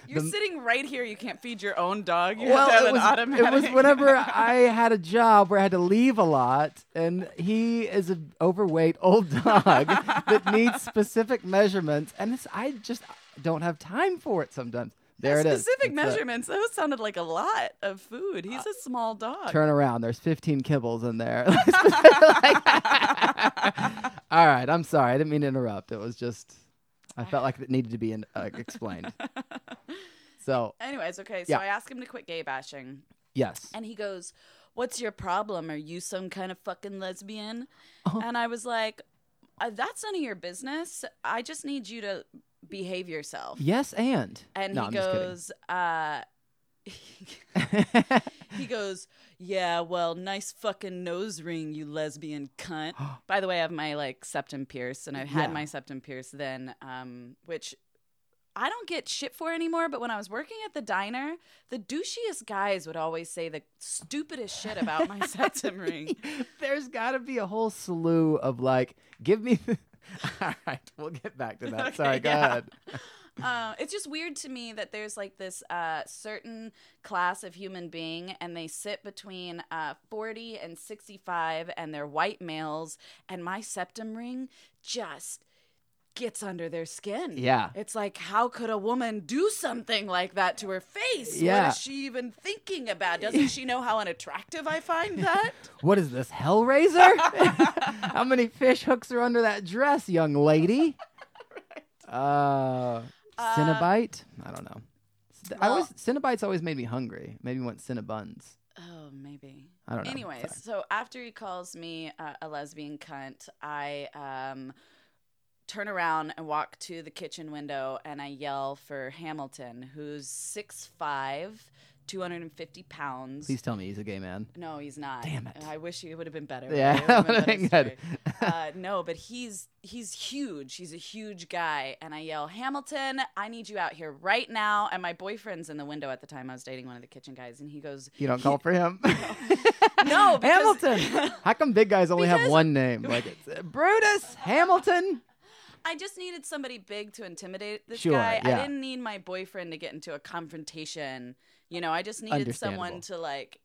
[SPEAKER 2] You're
[SPEAKER 1] The-
[SPEAKER 2] sitting right here. You can't feed your own dog. You
[SPEAKER 1] well,
[SPEAKER 2] have to have
[SPEAKER 1] it
[SPEAKER 2] an
[SPEAKER 1] was,
[SPEAKER 2] automatic.
[SPEAKER 1] it was whenever I had a job where I had to leave a lot, and he is an overweight old dog that needs specific measurements, and it's, I just don't have time for it sometimes. There it is.
[SPEAKER 2] Specific
[SPEAKER 1] It's a Uh,
[SPEAKER 2] measurements. Those sounded like a lot of food. He's a small dog.
[SPEAKER 1] Turn around. There's 15 kibbles in there. Like- All right. I'm sorry. I didn't mean to interrupt. It was just, I felt like it needed to be in, uh, explained. So,
[SPEAKER 2] Anyways, okay, so
[SPEAKER 1] Yeah.
[SPEAKER 2] I ask him to quit gay bashing.
[SPEAKER 1] yes.
[SPEAKER 2] And he goes, What's your problem? Are you some kind of fucking lesbian?
[SPEAKER 1] Uh-huh.
[SPEAKER 2] And I was like, uh, That's none of your business. I just need you to behave yourself.
[SPEAKER 1] Yes, and.
[SPEAKER 2] And
[SPEAKER 1] no,
[SPEAKER 2] he
[SPEAKER 1] I'm
[SPEAKER 2] goes, uh,
[SPEAKER 1] Just kidding.
[SPEAKER 2] he goes, Yeah, well, nice fucking nose ring, you lesbian cunt. By the way, I have my like septum pierced, and I've had
[SPEAKER 1] Yeah.
[SPEAKER 2] my septum pierced then, um, which I don't get shit for anymore. But when I was working at the diner, the douchiest guys would always say the stupidest shit about my septum ring.
[SPEAKER 1] There's got to be a whole slew of like, give me. The... All right, we'll get back to that.
[SPEAKER 2] Okay,
[SPEAKER 1] Sorry, go
[SPEAKER 2] yeah.
[SPEAKER 1] ahead.
[SPEAKER 2] Uh, it's just weird to me that there's like this uh, certain class of human being, and they sit between uh, 40 and 65, and they're white males, and my septum ring just gets under their skin.
[SPEAKER 1] Yeah.
[SPEAKER 2] It's like, how could a woman do something like that to her face? What
[SPEAKER 1] Yeah.
[SPEAKER 2] is she even thinking about? Doesn't she know how unattractive I find that?
[SPEAKER 1] What is this, Hellraiser? How many fish hooks are under that dress, young lady? Uh,
[SPEAKER 2] Uh,
[SPEAKER 1] Cinnabite? I don't know. S- I
[SPEAKER 2] well-
[SPEAKER 1] always Cinnabites always made me hungry. Made me want Cinnabuns.
[SPEAKER 2] oh, maybe.
[SPEAKER 1] I don't know.
[SPEAKER 2] Anyways,
[SPEAKER 1] Sorry.
[SPEAKER 2] so after he calls me uh, a lesbian cunt, I um, turn around and walk to the kitchen window and I yell for Hamilton, who's six five, 250 pounds.
[SPEAKER 1] Please tell me he's a gay man.
[SPEAKER 2] No, he's not.
[SPEAKER 1] Damn it.
[SPEAKER 2] I wish he would have been better.
[SPEAKER 1] Yeah,
[SPEAKER 2] It would've
[SPEAKER 1] that would've
[SPEAKER 2] been
[SPEAKER 1] been
[SPEAKER 2] better
[SPEAKER 1] good.
[SPEAKER 2] story. uh, no, but he's he's huge. He's a huge guy, and I yell, Hamilton, I need you out here right now. And my boyfriend's in the window at the time. I was dating one of the kitchen guys, and he goes,
[SPEAKER 1] You don't call for him.
[SPEAKER 2] No, because-
[SPEAKER 1] Hamilton. How come big guys only have
[SPEAKER 2] Because-
[SPEAKER 1] one name? Like it's uh, Brutus Hamilton.
[SPEAKER 2] I just needed somebody big to intimidate this
[SPEAKER 1] Sure,
[SPEAKER 2] guy. I
[SPEAKER 1] yeah.
[SPEAKER 2] didn't need my boyfriend to get into a confrontation. You know, I just needed someone
[SPEAKER 1] Understandable.
[SPEAKER 2] to like.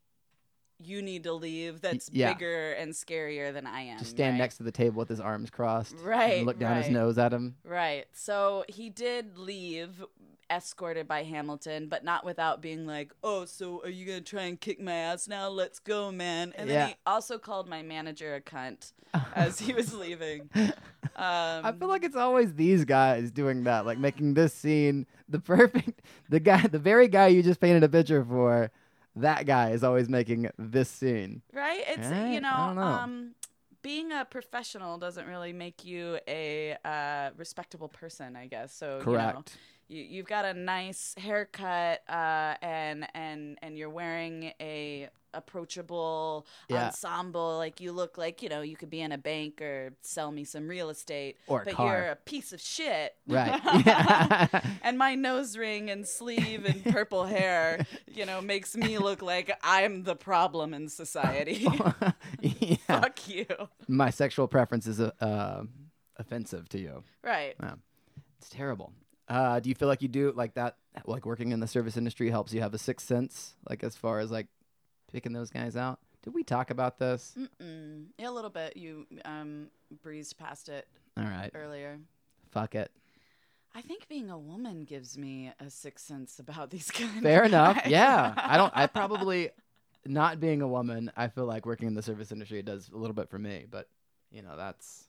[SPEAKER 2] You need to leave. That's
[SPEAKER 1] yeah.
[SPEAKER 2] bigger and scarier than I am.
[SPEAKER 1] Just stand
[SPEAKER 2] right?
[SPEAKER 1] next to the table with his arms crossed.
[SPEAKER 2] Right,
[SPEAKER 1] And look down his
[SPEAKER 2] right.
[SPEAKER 1] nose at him.
[SPEAKER 2] Right. So he did leave, escorted by Hamilton, but not without being like, "Oh, so are you gonna try and kick my ass now? Let's go, man!" And then
[SPEAKER 1] Yeah.
[SPEAKER 2] he also called my manager a cunt as um, he was leaving. Um,
[SPEAKER 1] I feel like it's always these guys doing that, like making this scene the perfect, the guy, the very guy you just painted a picture for. That guy is always making this scene.
[SPEAKER 2] right. It's
[SPEAKER 1] Right? I
[SPEAKER 2] you know,
[SPEAKER 1] don't know.
[SPEAKER 2] um, being a professional doesn't really make you a uh, respectable person, I guess. So Oh, You know,
[SPEAKER 1] Correct.
[SPEAKER 2] you, you've got a nice haircut uh, and and and you're wearing a approachable
[SPEAKER 1] Yeah.
[SPEAKER 2] ensemble like you look like you know you could be in a bank or sell me some real estate
[SPEAKER 1] Or a
[SPEAKER 2] but
[SPEAKER 1] car.
[SPEAKER 2] you're a piece of shit
[SPEAKER 1] Right. Yeah.
[SPEAKER 2] and my nose ring and sleeve and purple hair you know makes me look like i'm the problem in society
[SPEAKER 1] yeah.
[SPEAKER 2] fuck you
[SPEAKER 1] My sexual preference is uh, uh, offensive to you.
[SPEAKER 2] right
[SPEAKER 1] It's terrible. Uh, do you feel like you do like that? Like working in the service industry helps you have a sixth sense, like as far as like picking those guys out. Did we talk about this?
[SPEAKER 2] Mm-mm. yeah a little bit you um breezed past it
[SPEAKER 1] All right,
[SPEAKER 2] earlier
[SPEAKER 1] fuck it.
[SPEAKER 2] I think being a woman gives me a sixth sense about these kind.
[SPEAKER 1] Fair
[SPEAKER 2] of
[SPEAKER 1] enough.
[SPEAKER 2] guys.
[SPEAKER 1] Yeah, I don't. I probably not being a woman. I feel like working in the service industry it does a little bit for me, but you know that's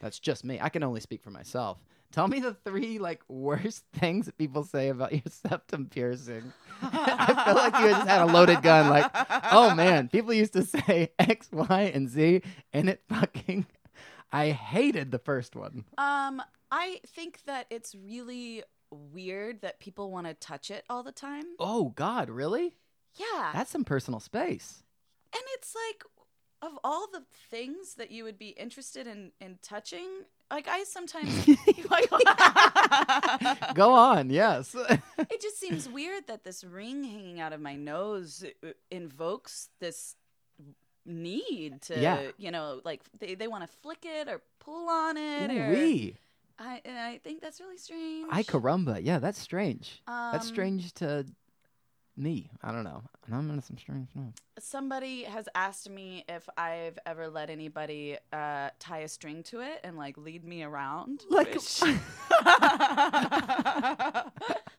[SPEAKER 1] that's just me. I can only speak for myself. Tell me the three like worst things that people say about your septum piercing. I feel like you just had a loaded gun. Like, oh man, people used to say X, Y, and Z, and it fucking. I hated the first one.
[SPEAKER 2] Um, I think that it's really weird that people want to touch it all the time.
[SPEAKER 1] Oh God, really?
[SPEAKER 2] Yeah,
[SPEAKER 1] That's some personal space.
[SPEAKER 2] and it's like of all the things that you would be interested in in touching, like I sometimes. like-
[SPEAKER 1] Go on, yes.
[SPEAKER 2] it just seems weird that this ring hanging out of my nose uh, invokes this need to
[SPEAKER 1] Yeah.
[SPEAKER 2] you know like they, they want to flick it or pull on it or
[SPEAKER 1] Ooh-wee.
[SPEAKER 2] I, and I think that's really strange
[SPEAKER 1] I caramba. Yeah, that's strange.
[SPEAKER 2] um,
[SPEAKER 1] that's strange to me. I don't know. And I'm into some strange stuff.
[SPEAKER 2] somebody has asked me if i've ever let anybody uh, tie a string to it and like lead me around
[SPEAKER 1] Like-
[SPEAKER 2] which-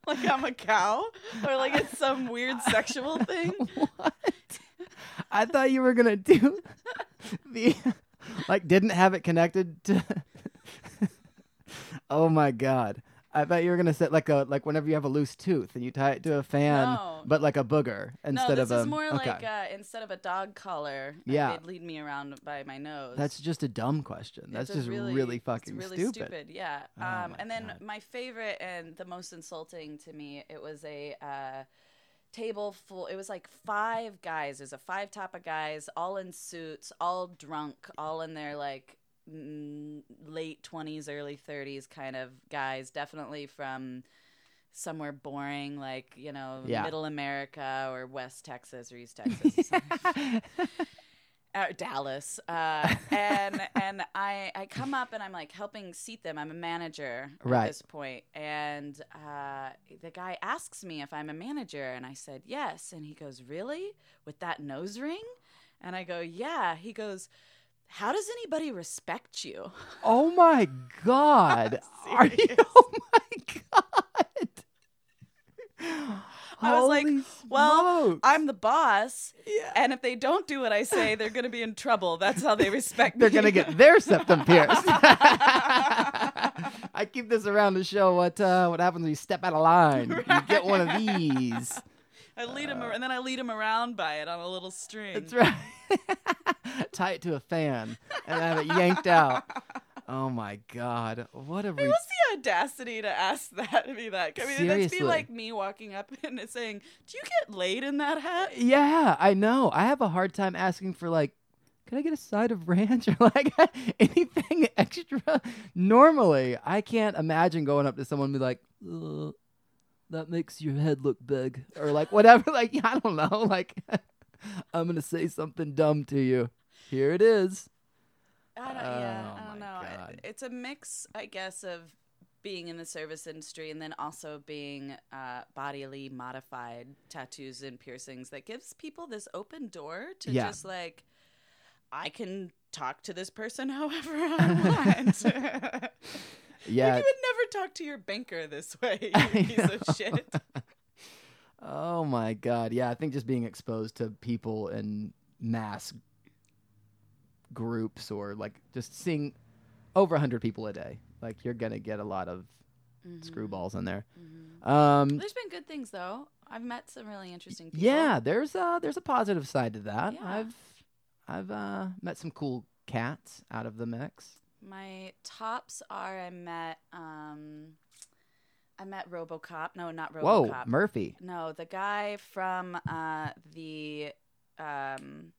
[SPEAKER 2] like i'm a cow or like it's some weird sexual thing
[SPEAKER 1] what? I thought you were gonna do the like didn't have it connected to Oh my god. I thought you were gonna set like a like whenever you have a loose tooth and you tie it to a fan
[SPEAKER 2] No.
[SPEAKER 1] but like a booger instead
[SPEAKER 2] no,
[SPEAKER 1] of
[SPEAKER 2] this
[SPEAKER 1] a
[SPEAKER 2] is more
[SPEAKER 1] okay.
[SPEAKER 2] like uh, instead of a dog collar,
[SPEAKER 1] Yeah.
[SPEAKER 2] yeah, they'd lead me around by my nose.
[SPEAKER 1] That's just a dumb question.
[SPEAKER 2] It's
[SPEAKER 1] That's
[SPEAKER 2] a
[SPEAKER 1] just really,
[SPEAKER 2] it's
[SPEAKER 1] fucking
[SPEAKER 2] really
[SPEAKER 1] stupid.
[SPEAKER 2] Yeah.
[SPEAKER 1] Oh
[SPEAKER 2] um,
[SPEAKER 1] my
[SPEAKER 2] and then
[SPEAKER 1] God.
[SPEAKER 2] my favorite and the most insulting to me, it was a. Uh, table full it was like five guys there's a five top of guys all in suits all drunk all in their like n- late 20s early 30s kind of guys definitely from somewhere boring like you know
[SPEAKER 1] Yeah.
[SPEAKER 2] middle america or west texas or east texas or something uh, Dallas, uh, and and I I come up and I'm like helping seat them. I'm a manager
[SPEAKER 1] Right.
[SPEAKER 2] at this point, and uh, the guy asks me if I'm a manager, and I said yes, and he goes, "Really? With that nose ring?" And I go, "Yeah." He goes, "How does anybody respect you?"
[SPEAKER 1] Oh my god. Are you
[SPEAKER 2] Serious.
[SPEAKER 1] Oh my god.
[SPEAKER 2] I was like,
[SPEAKER 1] Holy
[SPEAKER 2] "Well,
[SPEAKER 1] smokes."
[SPEAKER 2] I'm the boss,
[SPEAKER 1] Yeah.
[SPEAKER 2] and if they don't do what I say, they're gonna be in trouble. That's how they respect.
[SPEAKER 1] They're
[SPEAKER 2] me.
[SPEAKER 1] gonna get their septum pierced. I keep this around to show what uh, what happens when you step out of line. You get one of these.
[SPEAKER 2] I lead
[SPEAKER 1] Uh.
[SPEAKER 2] him, and then I lead him around by it on a little string.
[SPEAKER 1] That's right. Tie it to a fan and have it yanked out. Oh my god, what a
[SPEAKER 2] I mean,
[SPEAKER 1] re-
[SPEAKER 2] what's the audacity to ask that to be that? I mean, that'd
[SPEAKER 1] Seriously.
[SPEAKER 2] be like me walking up and saying, "Do you get laid in that hat?"
[SPEAKER 1] yeah, I know. I have a hard time asking for like, can I get a side of ranch or like anything extra? Normally, I can't imagine going up to someone and be like, uh, that makes your head look big or like whatever. Like I don't know. Like I'm gonna say something dumb to you. Here it is.
[SPEAKER 2] I don't, yeah,
[SPEAKER 1] Oh
[SPEAKER 2] I don't know.
[SPEAKER 1] my
[SPEAKER 2] I-
[SPEAKER 1] God.
[SPEAKER 2] it's a mix, I guess, of being in the service industry and then also being uh, bodily modified tattoos and piercings that gives people this open door to
[SPEAKER 1] Yeah.
[SPEAKER 2] just like, I can talk to this person however I want. like you
[SPEAKER 1] Yeah.
[SPEAKER 2] would never talk to your banker this way, you
[SPEAKER 1] I
[SPEAKER 2] piece of shit.
[SPEAKER 1] Oh my god. Yeah, I think just being exposed to people in mass groups or like just seeing over 100 people a day. Like you're going to get a lot of screwballs in there.
[SPEAKER 2] Mm-hmm.
[SPEAKER 1] Um
[SPEAKER 2] There's been Mm. good things though. I've met some really interesting people.
[SPEAKER 1] yeah, there's a there's a positive side to that.
[SPEAKER 2] Yeah.
[SPEAKER 1] I've I've uh, met some cool cats out of the mix.
[SPEAKER 2] My tops are I met um I met RoboCop. No, not RoboCop.
[SPEAKER 1] Whoa, Murphy.
[SPEAKER 2] no, the guy from uh the um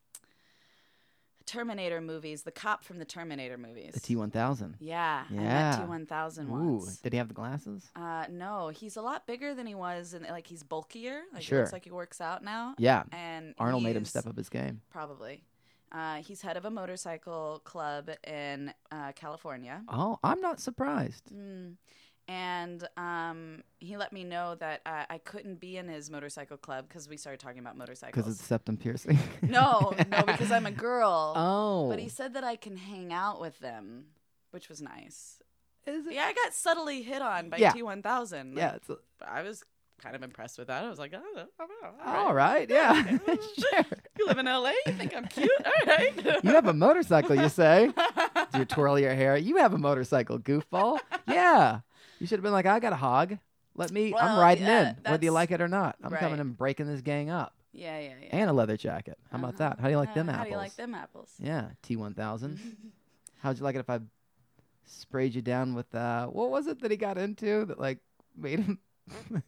[SPEAKER 2] Terminator movies, the cop from the Terminator movies.
[SPEAKER 1] The T1000.
[SPEAKER 2] Yeah,
[SPEAKER 1] Yeah.
[SPEAKER 2] I met T1000
[SPEAKER 1] Ooh,
[SPEAKER 2] once.
[SPEAKER 1] did he have the glasses?
[SPEAKER 2] Uh no, he's a lot bigger than he was and like he's bulkier. Like it
[SPEAKER 1] Sure.
[SPEAKER 2] looks like he works out now.
[SPEAKER 1] Yeah.
[SPEAKER 2] And
[SPEAKER 1] Arnold made him
[SPEAKER 2] he's-
[SPEAKER 1] step up his game.
[SPEAKER 2] Probably. Uh, he's head of a motorcycle club in uh, California.
[SPEAKER 1] Oh, I'm not surprised.
[SPEAKER 2] Mm. And um, he let me know that uh, I couldn't be in his motorcycle club because we started talking about motorcycles.
[SPEAKER 1] Because it's septum piercing.
[SPEAKER 2] no, no, because I'm a girl.
[SPEAKER 1] Oh.
[SPEAKER 2] But he said that I can hang out with them, which was nice.
[SPEAKER 1] Is it-
[SPEAKER 2] Yeah, I got subtly hit on by
[SPEAKER 1] Yeah.
[SPEAKER 2] T1000. Like,
[SPEAKER 1] Yeah. It's a,
[SPEAKER 2] I was kind of impressed with that. I was like, oh, oh, oh, all right.
[SPEAKER 1] all right. Yeah.
[SPEAKER 2] okay.
[SPEAKER 1] sure.
[SPEAKER 2] You live in LA? You think I'm cute? All right.
[SPEAKER 1] You have a motorcycle, you say? Do you
[SPEAKER 2] a.
[SPEAKER 1] twirl your hair? You have a motorcycle, goofball. Yeah. You should have been like, I got a hog. Let me. I'm
[SPEAKER 2] Well,
[SPEAKER 1] riding
[SPEAKER 2] yeah,
[SPEAKER 1] in, whether you
[SPEAKER 2] that's-
[SPEAKER 1] like it or not. I'm coming
[SPEAKER 2] right.
[SPEAKER 1] and breaking this gang up.
[SPEAKER 2] yeah, yeah, yeah.
[SPEAKER 1] And a leather jacket. How about
[SPEAKER 2] Uh-huh.
[SPEAKER 1] that? How do you like them
[SPEAKER 2] Uh,
[SPEAKER 1] apples?
[SPEAKER 2] How do you like Mm-hmm. them apples?
[SPEAKER 1] Yeah. T1000. How'd you like it if I sprayed you down with uh, what was it that he got into that like made him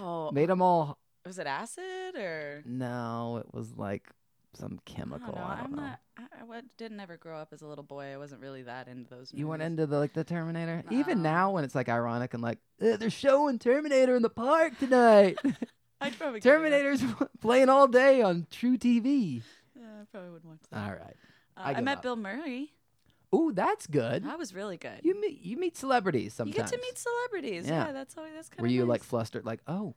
[SPEAKER 2] oh,
[SPEAKER 1] made him all
[SPEAKER 2] was it acid or
[SPEAKER 1] No, it was like some
[SPEAKER 2] I
[SPEAKER 1] chemical.
[SPEAKER 2] don't know.
[SPEAKER 1] I
[SPEAKER 2] I'm
[SPEAKER 1] don't know.
[SPEAKER 2] not. I, I wa- didn't ever grow up as a little boy. I wasn't really that into those.
[SPEAKER 1] You went
[SPEAKER 2] movies.
[SPEAKER 1] into the like the Terminator. Even
[SPEAKER 2] No.
[SPEAKER 1] now, when it's like ironic and like "Uh, they're showing Terminator in the park tonight.
[SPEAKER 2] I'd probably give you that.
[SPEAKER 1] Terminator's playing all day on True TV.
[SPEAKER 2] Yeah, I probably wouldn't watch that.
[SPEAKER 1] All right.
[SPEAKER 2] Uh,
[SPEAKER 1] I
[SPEAKER 2] I,
[SPEAKER 1] give
[SPEAKER 2] met
[SPEAKER 1] up.
[SPEAKER 2] Bill Murray.
[SPEAKER 1] Ooh, that's good.
[SPEAKER 2] That was really good.
[SPEAKER 1] You meet you meet celebrities
[SPEAKER 2] You
[SPEAKER 1] sometimes.
[SPEAKER 2] get to meet celebrities.
[SPEAKER 1] Yeah.
[SPEAKER 2] Yeah, that's always that's kind of.
[SPEAKER 1] Were you like flustered? Like, oh,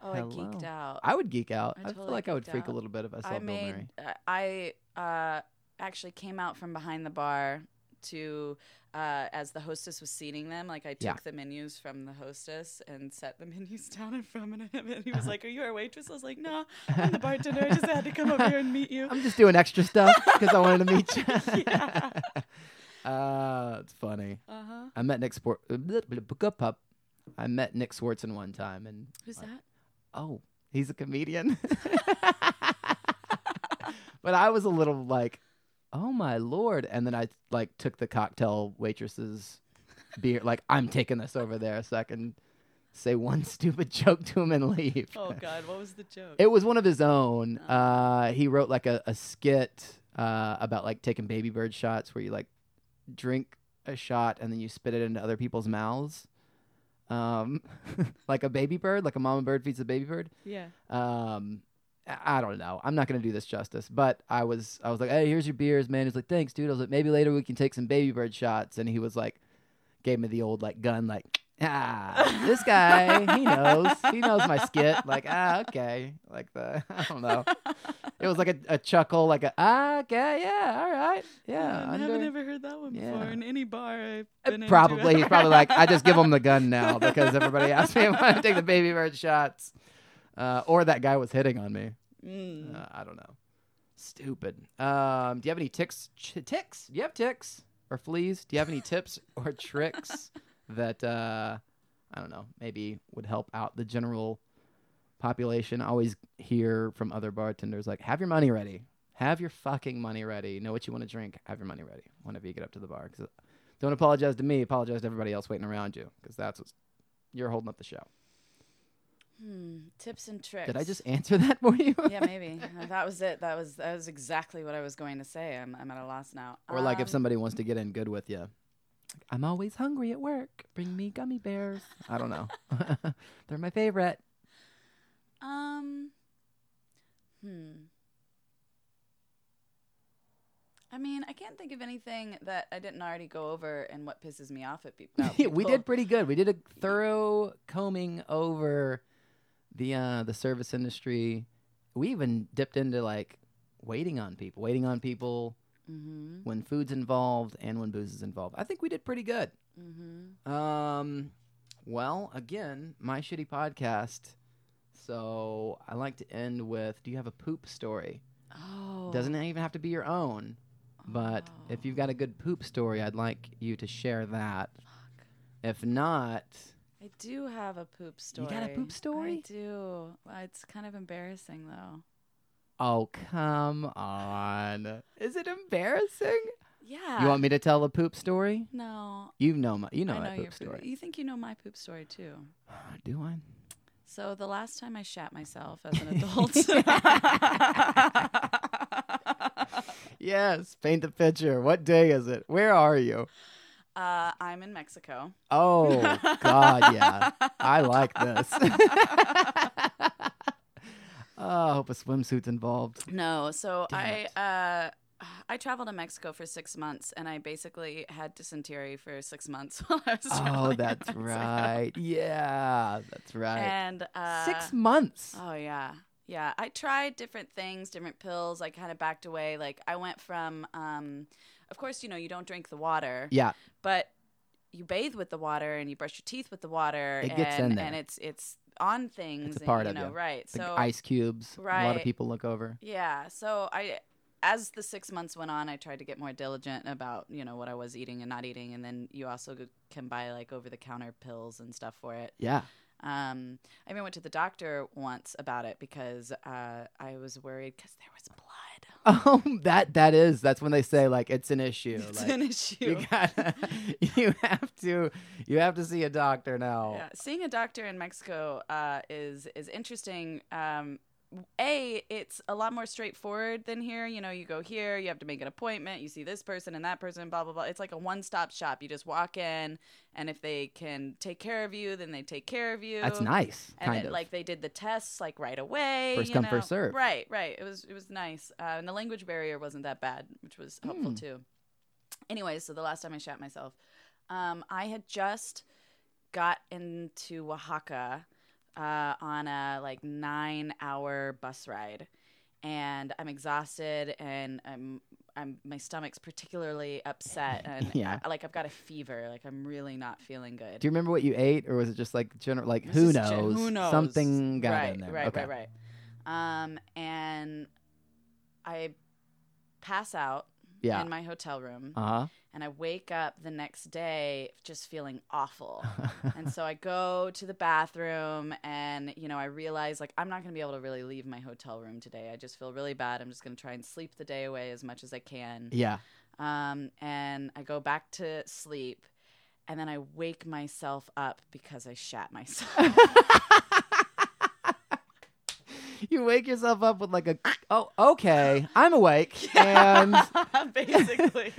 [SPEAKER 2] Oh, I geeked
[SPEAKER 1] hello.
[SPEAKER 2] out.
[SPEAKER 1] I would geek out.
[SPEAKER 2] I
[SPEAKER 1] I, feel
[SPEAKER 2] totally
[SPEAKER 1] like I would
[SPEAKER 2] geeked
[SPEAKER 1] freak a
[SPEAKER 2] out.
[SPEAKER 1] little bit if I saw
[SPEAKER 2] I
[SPEAKER 1] Bill Murray.
[SPEAKER 2] made. Uh, I uh, actually came out from behind the bar to uh, as the hostess was seating them. Like I took
[SPEAKER 1] Yeah.
[SPEAKER 2] the menus from the hostess and set the menus down in front of him. And he was
[SPEAKER 1] Uh-huh.
[SPEAKER 2] like, "Are you our waitress?" I was like, "No, I'm the bartender. I just had to come over here and meet you."
[SPEAKER 1] I'm just doing extra stuff because I wanted to meet you.
[SPEAKER 2] Yeah.
[SPEAKER 1] Uh, it's funny.
[SPEAKER 2] Uh huh.
[SPEAKER 1] I met Nick Sport. Pup. I met Nick Swartzen one time, and
[SPEAKER 2] Who's
[SPEAKER 1] Like,
[SPEAKER 2] that?
[SPEAKER 1] oh, he's a comedian. but I was a little like, oh my lord! And then I like took the cocktail waitress's beer. Like I'm taking this over there so I can say one stupid joke to him and leave.
[SPEAKER 2] Oh God, what was the joke?
[SPEAKER 1] It was one of his own.
[SPEAKER 2] Oh.
[SPEAKER 1] Uh, he wrote like a, a skit uh, about like taking baby bird shots where you like drink a shot and then you spit it into other people's mouths. Um, like a baby bird, like a mama bird feeds the baby bird.
[SPEAKER 2] yeah.
[SPEAKER 1] Um, I I don't know. I'm not gonna do this justice, but I was I was like, hey, here's your beers, man. He's like, thanks, dude. I was like, maybe later we can take some baby bird shots, and he was like, gave me the old like gun, like ah, this guy, he knows, he knows my skit. Like ah, okay, like the I don't know. It was like a, a chuckle, like a ah, okay, yeah, all right, yeah.
[SPEAKER 2] I
[SPEAKER 1] under-
[SPEAKER 2] haven't ever heard that one before
[SPEAKER 1] yeah.
[SPEAKER 2] in any bar I've
[SPEAKER 1] Uh,
[SPEAKER 2] been
[SPEAKER 1] Probably
[SPEAKER 2] into.
[SPEAKER 1] he's probably like I just give him the gun now because everybody asked me if I take the baby bird shots, uh, or that guy was hitting on me.
[SPEAKER 2] Mm.
[SPEAKER 1] Uh, I don't know. Stupid. Um, do you have any ticks? Ch- ticks? Do you have ticks or fleas? Do you have any tips or tricks that uh, I don't know? Maybe would help out the general population. I always hear from other bartenders like, "Have your money ready. Have your fucking money ready. Know what you want to drink. Have your money ready whenever you get up to the bar." Because Don't apologize to me. Apologize to everybody else waiting around you because that's what's you're holding up the show.
[SPEAKER 2] Hmm. Tips and tricks.
[SPEAKER 1] Did I just answer that for you?
[SPEAKER 2] yeah, maybe Uh, that was it. That was that was exactly what I was going to say. I'm I'm at a loss now.
[SPEAKER 1] or like if
[SPEAKER 2] Um,
[SPEAKER 1] somebody wants to get in good with you. I'm always hungry at work. Bring me gummy bears. I don't know. They're my favorite.
[SPEAKER 2] Um. Hmm. I mean, I can't think of anything that I didn't already go over and what pisses me off at peop- about people.
[SPEAKER 1] we did pretty good. We did a thorough combing over the uh, the service industry. We even dipped into like waiting on people, waiting on people
[SPEAKER 2] Mm-hmm.
[SPEAKER 1] when food's involved and when booze is involved. I think we did pretty good.
[SPEAKER 2] Mm-hmm.
[SPEAKER 1] Um, well, again, my shitty podcast. So I like to end with: Do you have a poop story?
[SPEAKER 2] Oh.
[SPEAKER 1] Doesn't even have to be your own, but if you've got a good poop story, I'd like you to share that.
[SPEAKER 2] Fuck.
[SPEAKER 1] If not,
[SPEAKER 2] I do have a poop
[SPEAKER 1] You
[SPEAKER 2] story.
[SPEAKER 1] got a poop story?
[SPEAKER 2] I do. Well, It's kind of embarrassing though.
[SPEAKER 1] oh come on! Is it embarrassing?
[SPEAKER 2] Yeah.
[SPEAKER 1] You want me to tell a poop story?
[SPEAKER 2] No.
[SPEAKER 1] You know my, you know,
[SPEAKER 2] Uh, I
[SPEAKER 1] my
[SPEAKER 2] know your
[SPEAKER 1] poop
[SPEAKER 2] poop-
[SPEAKER 1] story.
[SPEAKER 2] You think you know my poop story too?
[SPEAKER 1] Do I?
[SPEAKER 2] So the last time I shat myself as an adult.
[SPEAKER 1] Yes. Paint the picture. What day is it? Where are you?
[SPEAKER 2] uh, I'm in Mexico.
[SPEAKER 1] Oh God, yeah. I like this. oh, I hope a swimsuit's involved.
[SPEAKER 2] No, so
[SPEAKER 1] Damn
[SPEAKER 2] I uh, I traveled to Mexico for six months, and I basically had dysentery for six months while I was traveling.
[SPEAKER 1] Oh,
[SPEAKER 2] in
[SPEAKER 1] that's
[SPEAKER 2] Mexico.
[SPEAKER 1] right. Yeah, that's right.
[SPEAKER 2] And uh,
[SPEAKER 1] Six months.
[SPEAKER 2] Oh yeah, yeah. I tried different things, different pills. I kind of backed away. Like I went from, um, of course, you know, you don't drink the water,
[SPEAKER 1] yeah,
[SPEAKER 2] but you bathe with the water and you brush your teeth with the water.
[SPEAKER 1] It gets in
[SPEAKER 2] and,
[SPEAKER 1] there.
[SPEAKER 2] and it's it's on things.
[SPEAKER 1] a
[SPEAKER 2] and,
[SPEAKER 1] part
[SPEAKER 2] you
[SPEAKER 1] of
[SPEAKER 2] know,
[SPEAKER 1] you.
[SPEAKER 2] right?
[SPEAKER 1] the
[SPEAKER 2] so
[SPEAKER 1] ice cubes. A lot of
[SPEAKER 2] Right.
[SPEAKER 1] people look over.
[SPEAKER 2] yeah. So I, as the six months went on, I tried to get more diligent about you know what I was eating and not eating, and then you also can buy like over the counter pills and stuff for it.
[SPEAKER 1] Yeah.
[SPEAKER 2] Um, I even went to the doctor once about it because uh, I was worried because there was blood.
[SPEAKER 1] Oh, that that is. That's when they say like it's an issue.
[SPEAKER 2] It's
[SPEAKER 1] like,
[SPEAKER 2] an issue.
[SPEAKER 1] You gotta. You have to. You have to see a doctor now.
[SPEAKER 2] Yeah, seeing a doctor in Mexico uh, is is interesting. Um, a, it's a lot more straightforward than here. You know, you go here, you have to make an appointment, you see this person and that person, blah blah blah. It's like a one stop shop. You just walk in, and if they can take care of you, then they take care of you.
[SPEAKER 1] That's nice.
[SPEAKER 2] and
[SPEAKER 1] kind
[SPEAKER 2] it,
[SPEAKER 1] of.
[SPEAKER 2] like they did the tests like right away.
[SPEAKER 1] First
[SPEAKER 2] you
[SPEAKER 1] come,
[SPEAKER 2] know?
[SPEAKER 1] first serve.
[SPEAKER 2] Right, right. It was it was nice, uh, and the language barrier wasn't that bad, which was helpful
[SPEAKER 1] Hmm.
[SPEAKER 2] too. Anyway, so the last time I shot myself, um, I had just got into Oaxaca uh, on a like nine hour bus ride, and I'm exhausted and I'm. I'm, my stomach's particularly upset and
[SPEAKER 1] Yeah.
[SPEAKER 2] uh, like I've got a fever. Like I'm really not feeling good.
[SPEAKER 1] Do you remember what you ate, or was it just like general? Like
[SPEAKER 2] This
[SPEAKER 1] who
[SPEAKER 2] is gen-
[SPEAKER 1] knows?
[SPEAKER 2] who knows?
[SPEAKER 1] Something got
[SPEAKER 2] right,
[SPEAKER 1] in there.
[SPEAKER 2] Right,
[SPEAKER 1] okay.
[SPEAKER 2] right, right. Um, and I pass out
[SPEAKER 1] Yeah.
[SPEAKER 2] in my hotel room,
[SPEAKER 1] Uh
[SPEAKER 2] and I wake up the next day just feeling awful.
[SPEAKER 1] huh.
[SPEAKER 2] and so I go to the bathroom, and you know I realize like I'm not gonna be able to really leave my hotel room today. I just feel really bad. I'm just gonna try and sleep the day away as much as I can.
[SPEAKER 1] yeah.
[SPEAKER 2] Um, and I go back to sleep. And then I wake myself up because I shat myself.
[SPEAKER 1] you wake yourself up with like a oh okay I'm awake and
[SPEAKER 2] basically.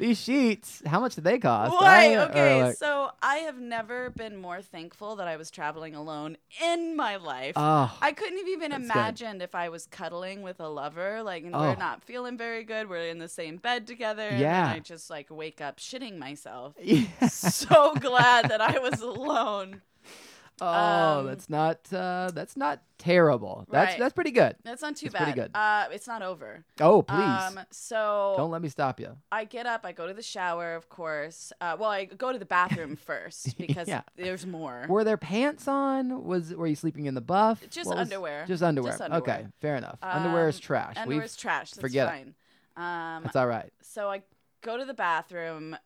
[SPEAKER 1] these sheets how much do they cost?
[SPEAKER 2] Why?
[SPEAKER 1] I- uh, or
[SPEAKER 2] Okay,
[SPEAKER 1] like,
[SPEAKER 2] so I have never been more thankful that I was traveling alone in my life.
[SPEAKER 1] oh
[SPEAKER 2] I couldn't have even
[SPEAKER 1] that's good.
[SPEAKER 2] imagined if I was cuddling with a lover. Like, and
[SPEAKER 1] Oh.
[SPEAKER 2] we're not feeling very good. We're in the same bed together. And then
[SPEAKER 1] Yeah.
[SPEAKER 2] I just like wake up shitting myself.
[SPEAKER 1] yes.
[SPEAKER 2] so glad that I was alone.
[SPEAKER 1] oh
[SPEAKER 2] um,
[SPEAKER 1] that's not uh, that's not terrible that's
[SPEAKER 2] Right.
[SPEAKER 1] that's pretty good
[SPEAKER 2] That's not too
[SPEAKER 1] It's pretty
[SPEAKER 2] bad.
[SPEAKER 1] good.
[SPEAKER 2] Uh, it's not over.
[SPEAKER 1] oh please
[SPEAKER 2] Um, so
[SPEAKER 1] don't let me stop you
[SPEAKER 2] I get up, I go to the shower, of course. Uh, well, I go to the bathroom first because
[SPEAKER 1] Yeah.
[SPEAKER 2] there's more.
[SPEAKER 1] were there pants on was were you sleeping in the buff
[SPEAKER 2] Just
[SPEAKER 1] What was-
[SPEAKER 2] underwear.
[SPEAKER 1] just underwear
[SPEAKER 2] Just underwear.
[SPEAKER 1] okay fair enough underwear is
[SPEAKER 2] Um,
[SPEAKER 1] trash We've-
[SPEAKER 2] Underwear's trash. That's
[SPEAKER 1] forget
[SPEAKER 2] fine. Um,
[SPEAKER 1] that's all right
[SPEAKER 2] so I go to the bathroom,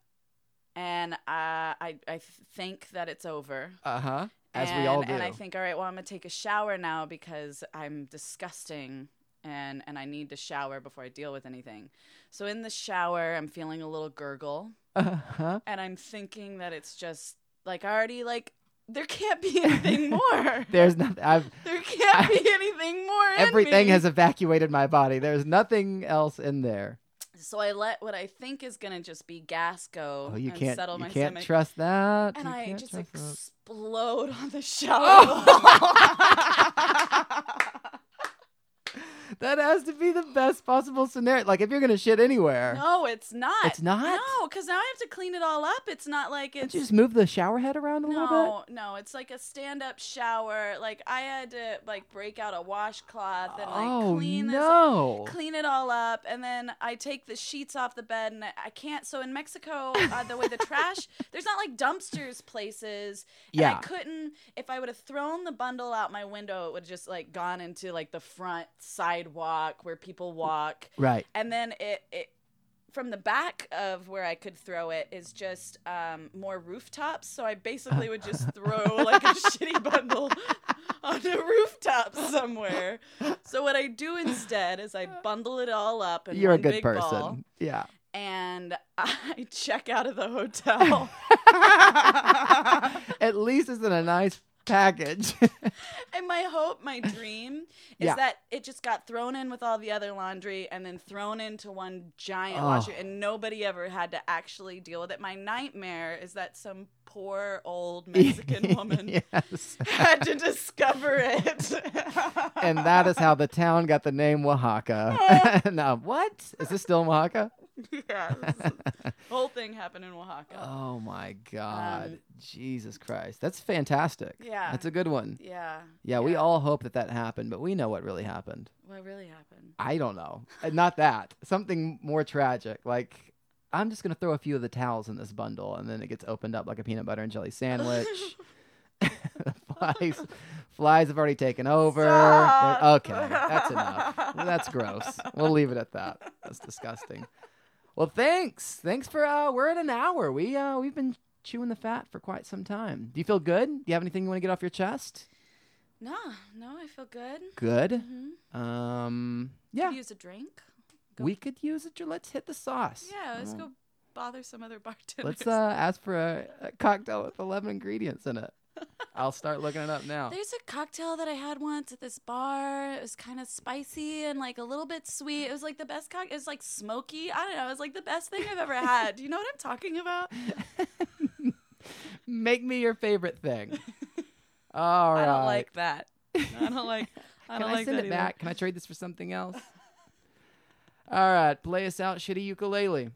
[SPEAKER 2] and uh, I I think that it's over.
[SPEAKER 1] uh huh as
[SPEAKER 2] and,
[SPEAKER 1] we all do
[SPEAKER 2] And I think, all right, well, I'm gonna take a shower now because I'm disgusting and and I need to shower before I deal with anything. So in the shower, I'm feeling a little gurgle
[SPEAKER 1] Uh-huh.
[SPEAKER 2] and I'm thinking that it's just like I already like there can't be anything more.
[SPEAKER 1] There's nothing. I've
[SPEAKER 2] there can't be anything more. in
[SPEAKER 1] everything
[SPEAKER 2] me.
[SPEAKER 1] has evacuated my body. There's nothing else in there.
[SPEAKER 2] So I let what I think is gonna just be gas go
[SPEAKER 1] Oh, you
[SPEAKER 2] and
[SPEAKER 1] can't.
[SPEAKER 2] settle
[SPEAKER 1] You
[SPEAKER 2] my
[SPEAKER 1] can't
[SPEAKER 2] stomach.
[SPEAKER 1] trust that.
[SPEAKER 2] and
[SPEAKER 1] you
[SPEAKER 2] I
[SPEAKER 1] can't
[SPEAKER 2] just
[SPEAKER 1] trust that.
[SPEAKER 2] explode on the shower.
[SPEAKER 1] Oh. That has to be the best possible scenario. Like if you're gonna shit anywhere,
[SPEAKER 2] no, it's not.
[SPEAKER 1] it's not.
[SPEAKER 2] No, because now I have to clean it all up. It's not like
[SPEAKER 1] Don't
[SPEAKER 2] it's
[SPEAKER 1] you just move the shower head around a little
[SPEAKER 2] no, no. It's like a stand-up shower. Like I had to like break out a washcloth
[SPEAKER 1] bit?
[SPEAKER 2] and like
[SPEAKER 1] Oh
[SPEAKER 2] clean this
[SPEAKER 1] no!
[SPEAKER 2] clean it all up and then i take the sheets off the bed and i, I can't so in mexico uh, the way the trash there's not like dumpsters places and i
[SPEAKER 1] yeah,
[SPEAKER 2] couldn't if i would have thrown the bundle out my window it would have just like gone into like the front sidewalk where
[SPEAKER 1] Mm.
[SPEAKER 2] people walk
[SPEAKER 1] right.
[SPEAKER 2] and then it it from the back of where I could throw it is just um, more rooftops. So I basically would just throw like a shitty bundle on a rooftop somewhere. So what I do instead is I bundle it all up in
[SPEAKER 1] You're a
[SPEAKER 2] one
[SPEAKER 1] good
[SPEAKER 2] big
[SPEAKER 1] person.
[SPEAKER 2] ball,
[SPEAKER 1] Yeah.
[SPEAKER 2] and I check out of the hotel.
[SPEAKER 1] At least it's in a nice package.
[SPEAKER 2] and my hope, my dream, is
[SPEAKER 1] Yeah.
[SPEAKER 2] that it just got thrown in with all the other laundry and then thrown into one giant
[SPEAKER 1] Oh.
[SPEAKER 2] washer, and nobody ever had to actually deal with it. My nightmare is that some poor old Mexican woman
[SPEAKER 1] yes.
[SPEAKER 2] had to discover it.
[SPEAKER 1] And that is how the town got the name Oaxaca. now, what? Is this still in Oaxaca?
[SPEAKER 2] yeah, the whole thing happened in Oaxaca.
[SPEAKER 1] Oh my God.
[SPEAKER 2] Um,
[SPEAKER 1] Jesus Christ. That's fantastic.
[SPEAKER 2] Yeah.
[SPEAKER 1] That's a good one.
[SPEAKER 2] yeah.
[SPEAKER 1] Yeah, we all hope that that happened, but we know what really happened.
[SPEAKER 2] What really happened?
[SPEAKER 1] I don't know. Uh, Not that. Something more tragic. Like, I'm just going to throw a few of the towels in this bundle, and then it gets opened up like a peanut butter and jelly sandwich. flies, flies have already taken over. They're-
[SPEAKER 2] Stop.
[SPEAKER 1] Okay, that's enough. Well, That's gross. We'll leave it at that. That's disgusting. Well, thanks. Thanks for uh, we're at an hour. We uh, we've been chewing the fat for quite some time. Do you feel good? Do you have anything you want to get off your chest?
[SPEAKER 2] No, no, I feel good.
[SPEAKER 1] Good.
[SPEAKER 2] Mm-hmm.
[SPEAKER 1] Um, yeah,
[SPEAKER 2] Could use a drink. go-
[SPEAKER 1] we could use it. Let's hit the sauce.
[SPEAKER 2] Yeah, let's
[SPEAKER 1] Uh,
[SPEAKER 2] go bother some other bartenders.
[SPEAKER 1] Let's uh, ask for a, a cocktail with eleven ingredients in it. I'll start looking it up now.
[SPEAKER 2] There's a cocktail that I had once at this bar. It was kind of spicy and like a little bit sweet. It was like the best cock. It was like smoky. I don't know. It was like the best thing I've ever had. Do you know what I'm talking about?
[SPEAKER 1] Make me your favorite thing. All right.
[SPEAKER 2] I don't like that. I don't like. I
[SPEAKER 1] Can
[SPEAKER 2] don't
[SPEAKER 1] I
[SPEAKER 2] like
[SPEAKER 1] send
[SPEAKER 2] that
[SPEAKER 1] it
[SPEAKER 2] either.
[SPEAKER 1] back? Can I trade this for something else? All right, play us out, shitty ukulele.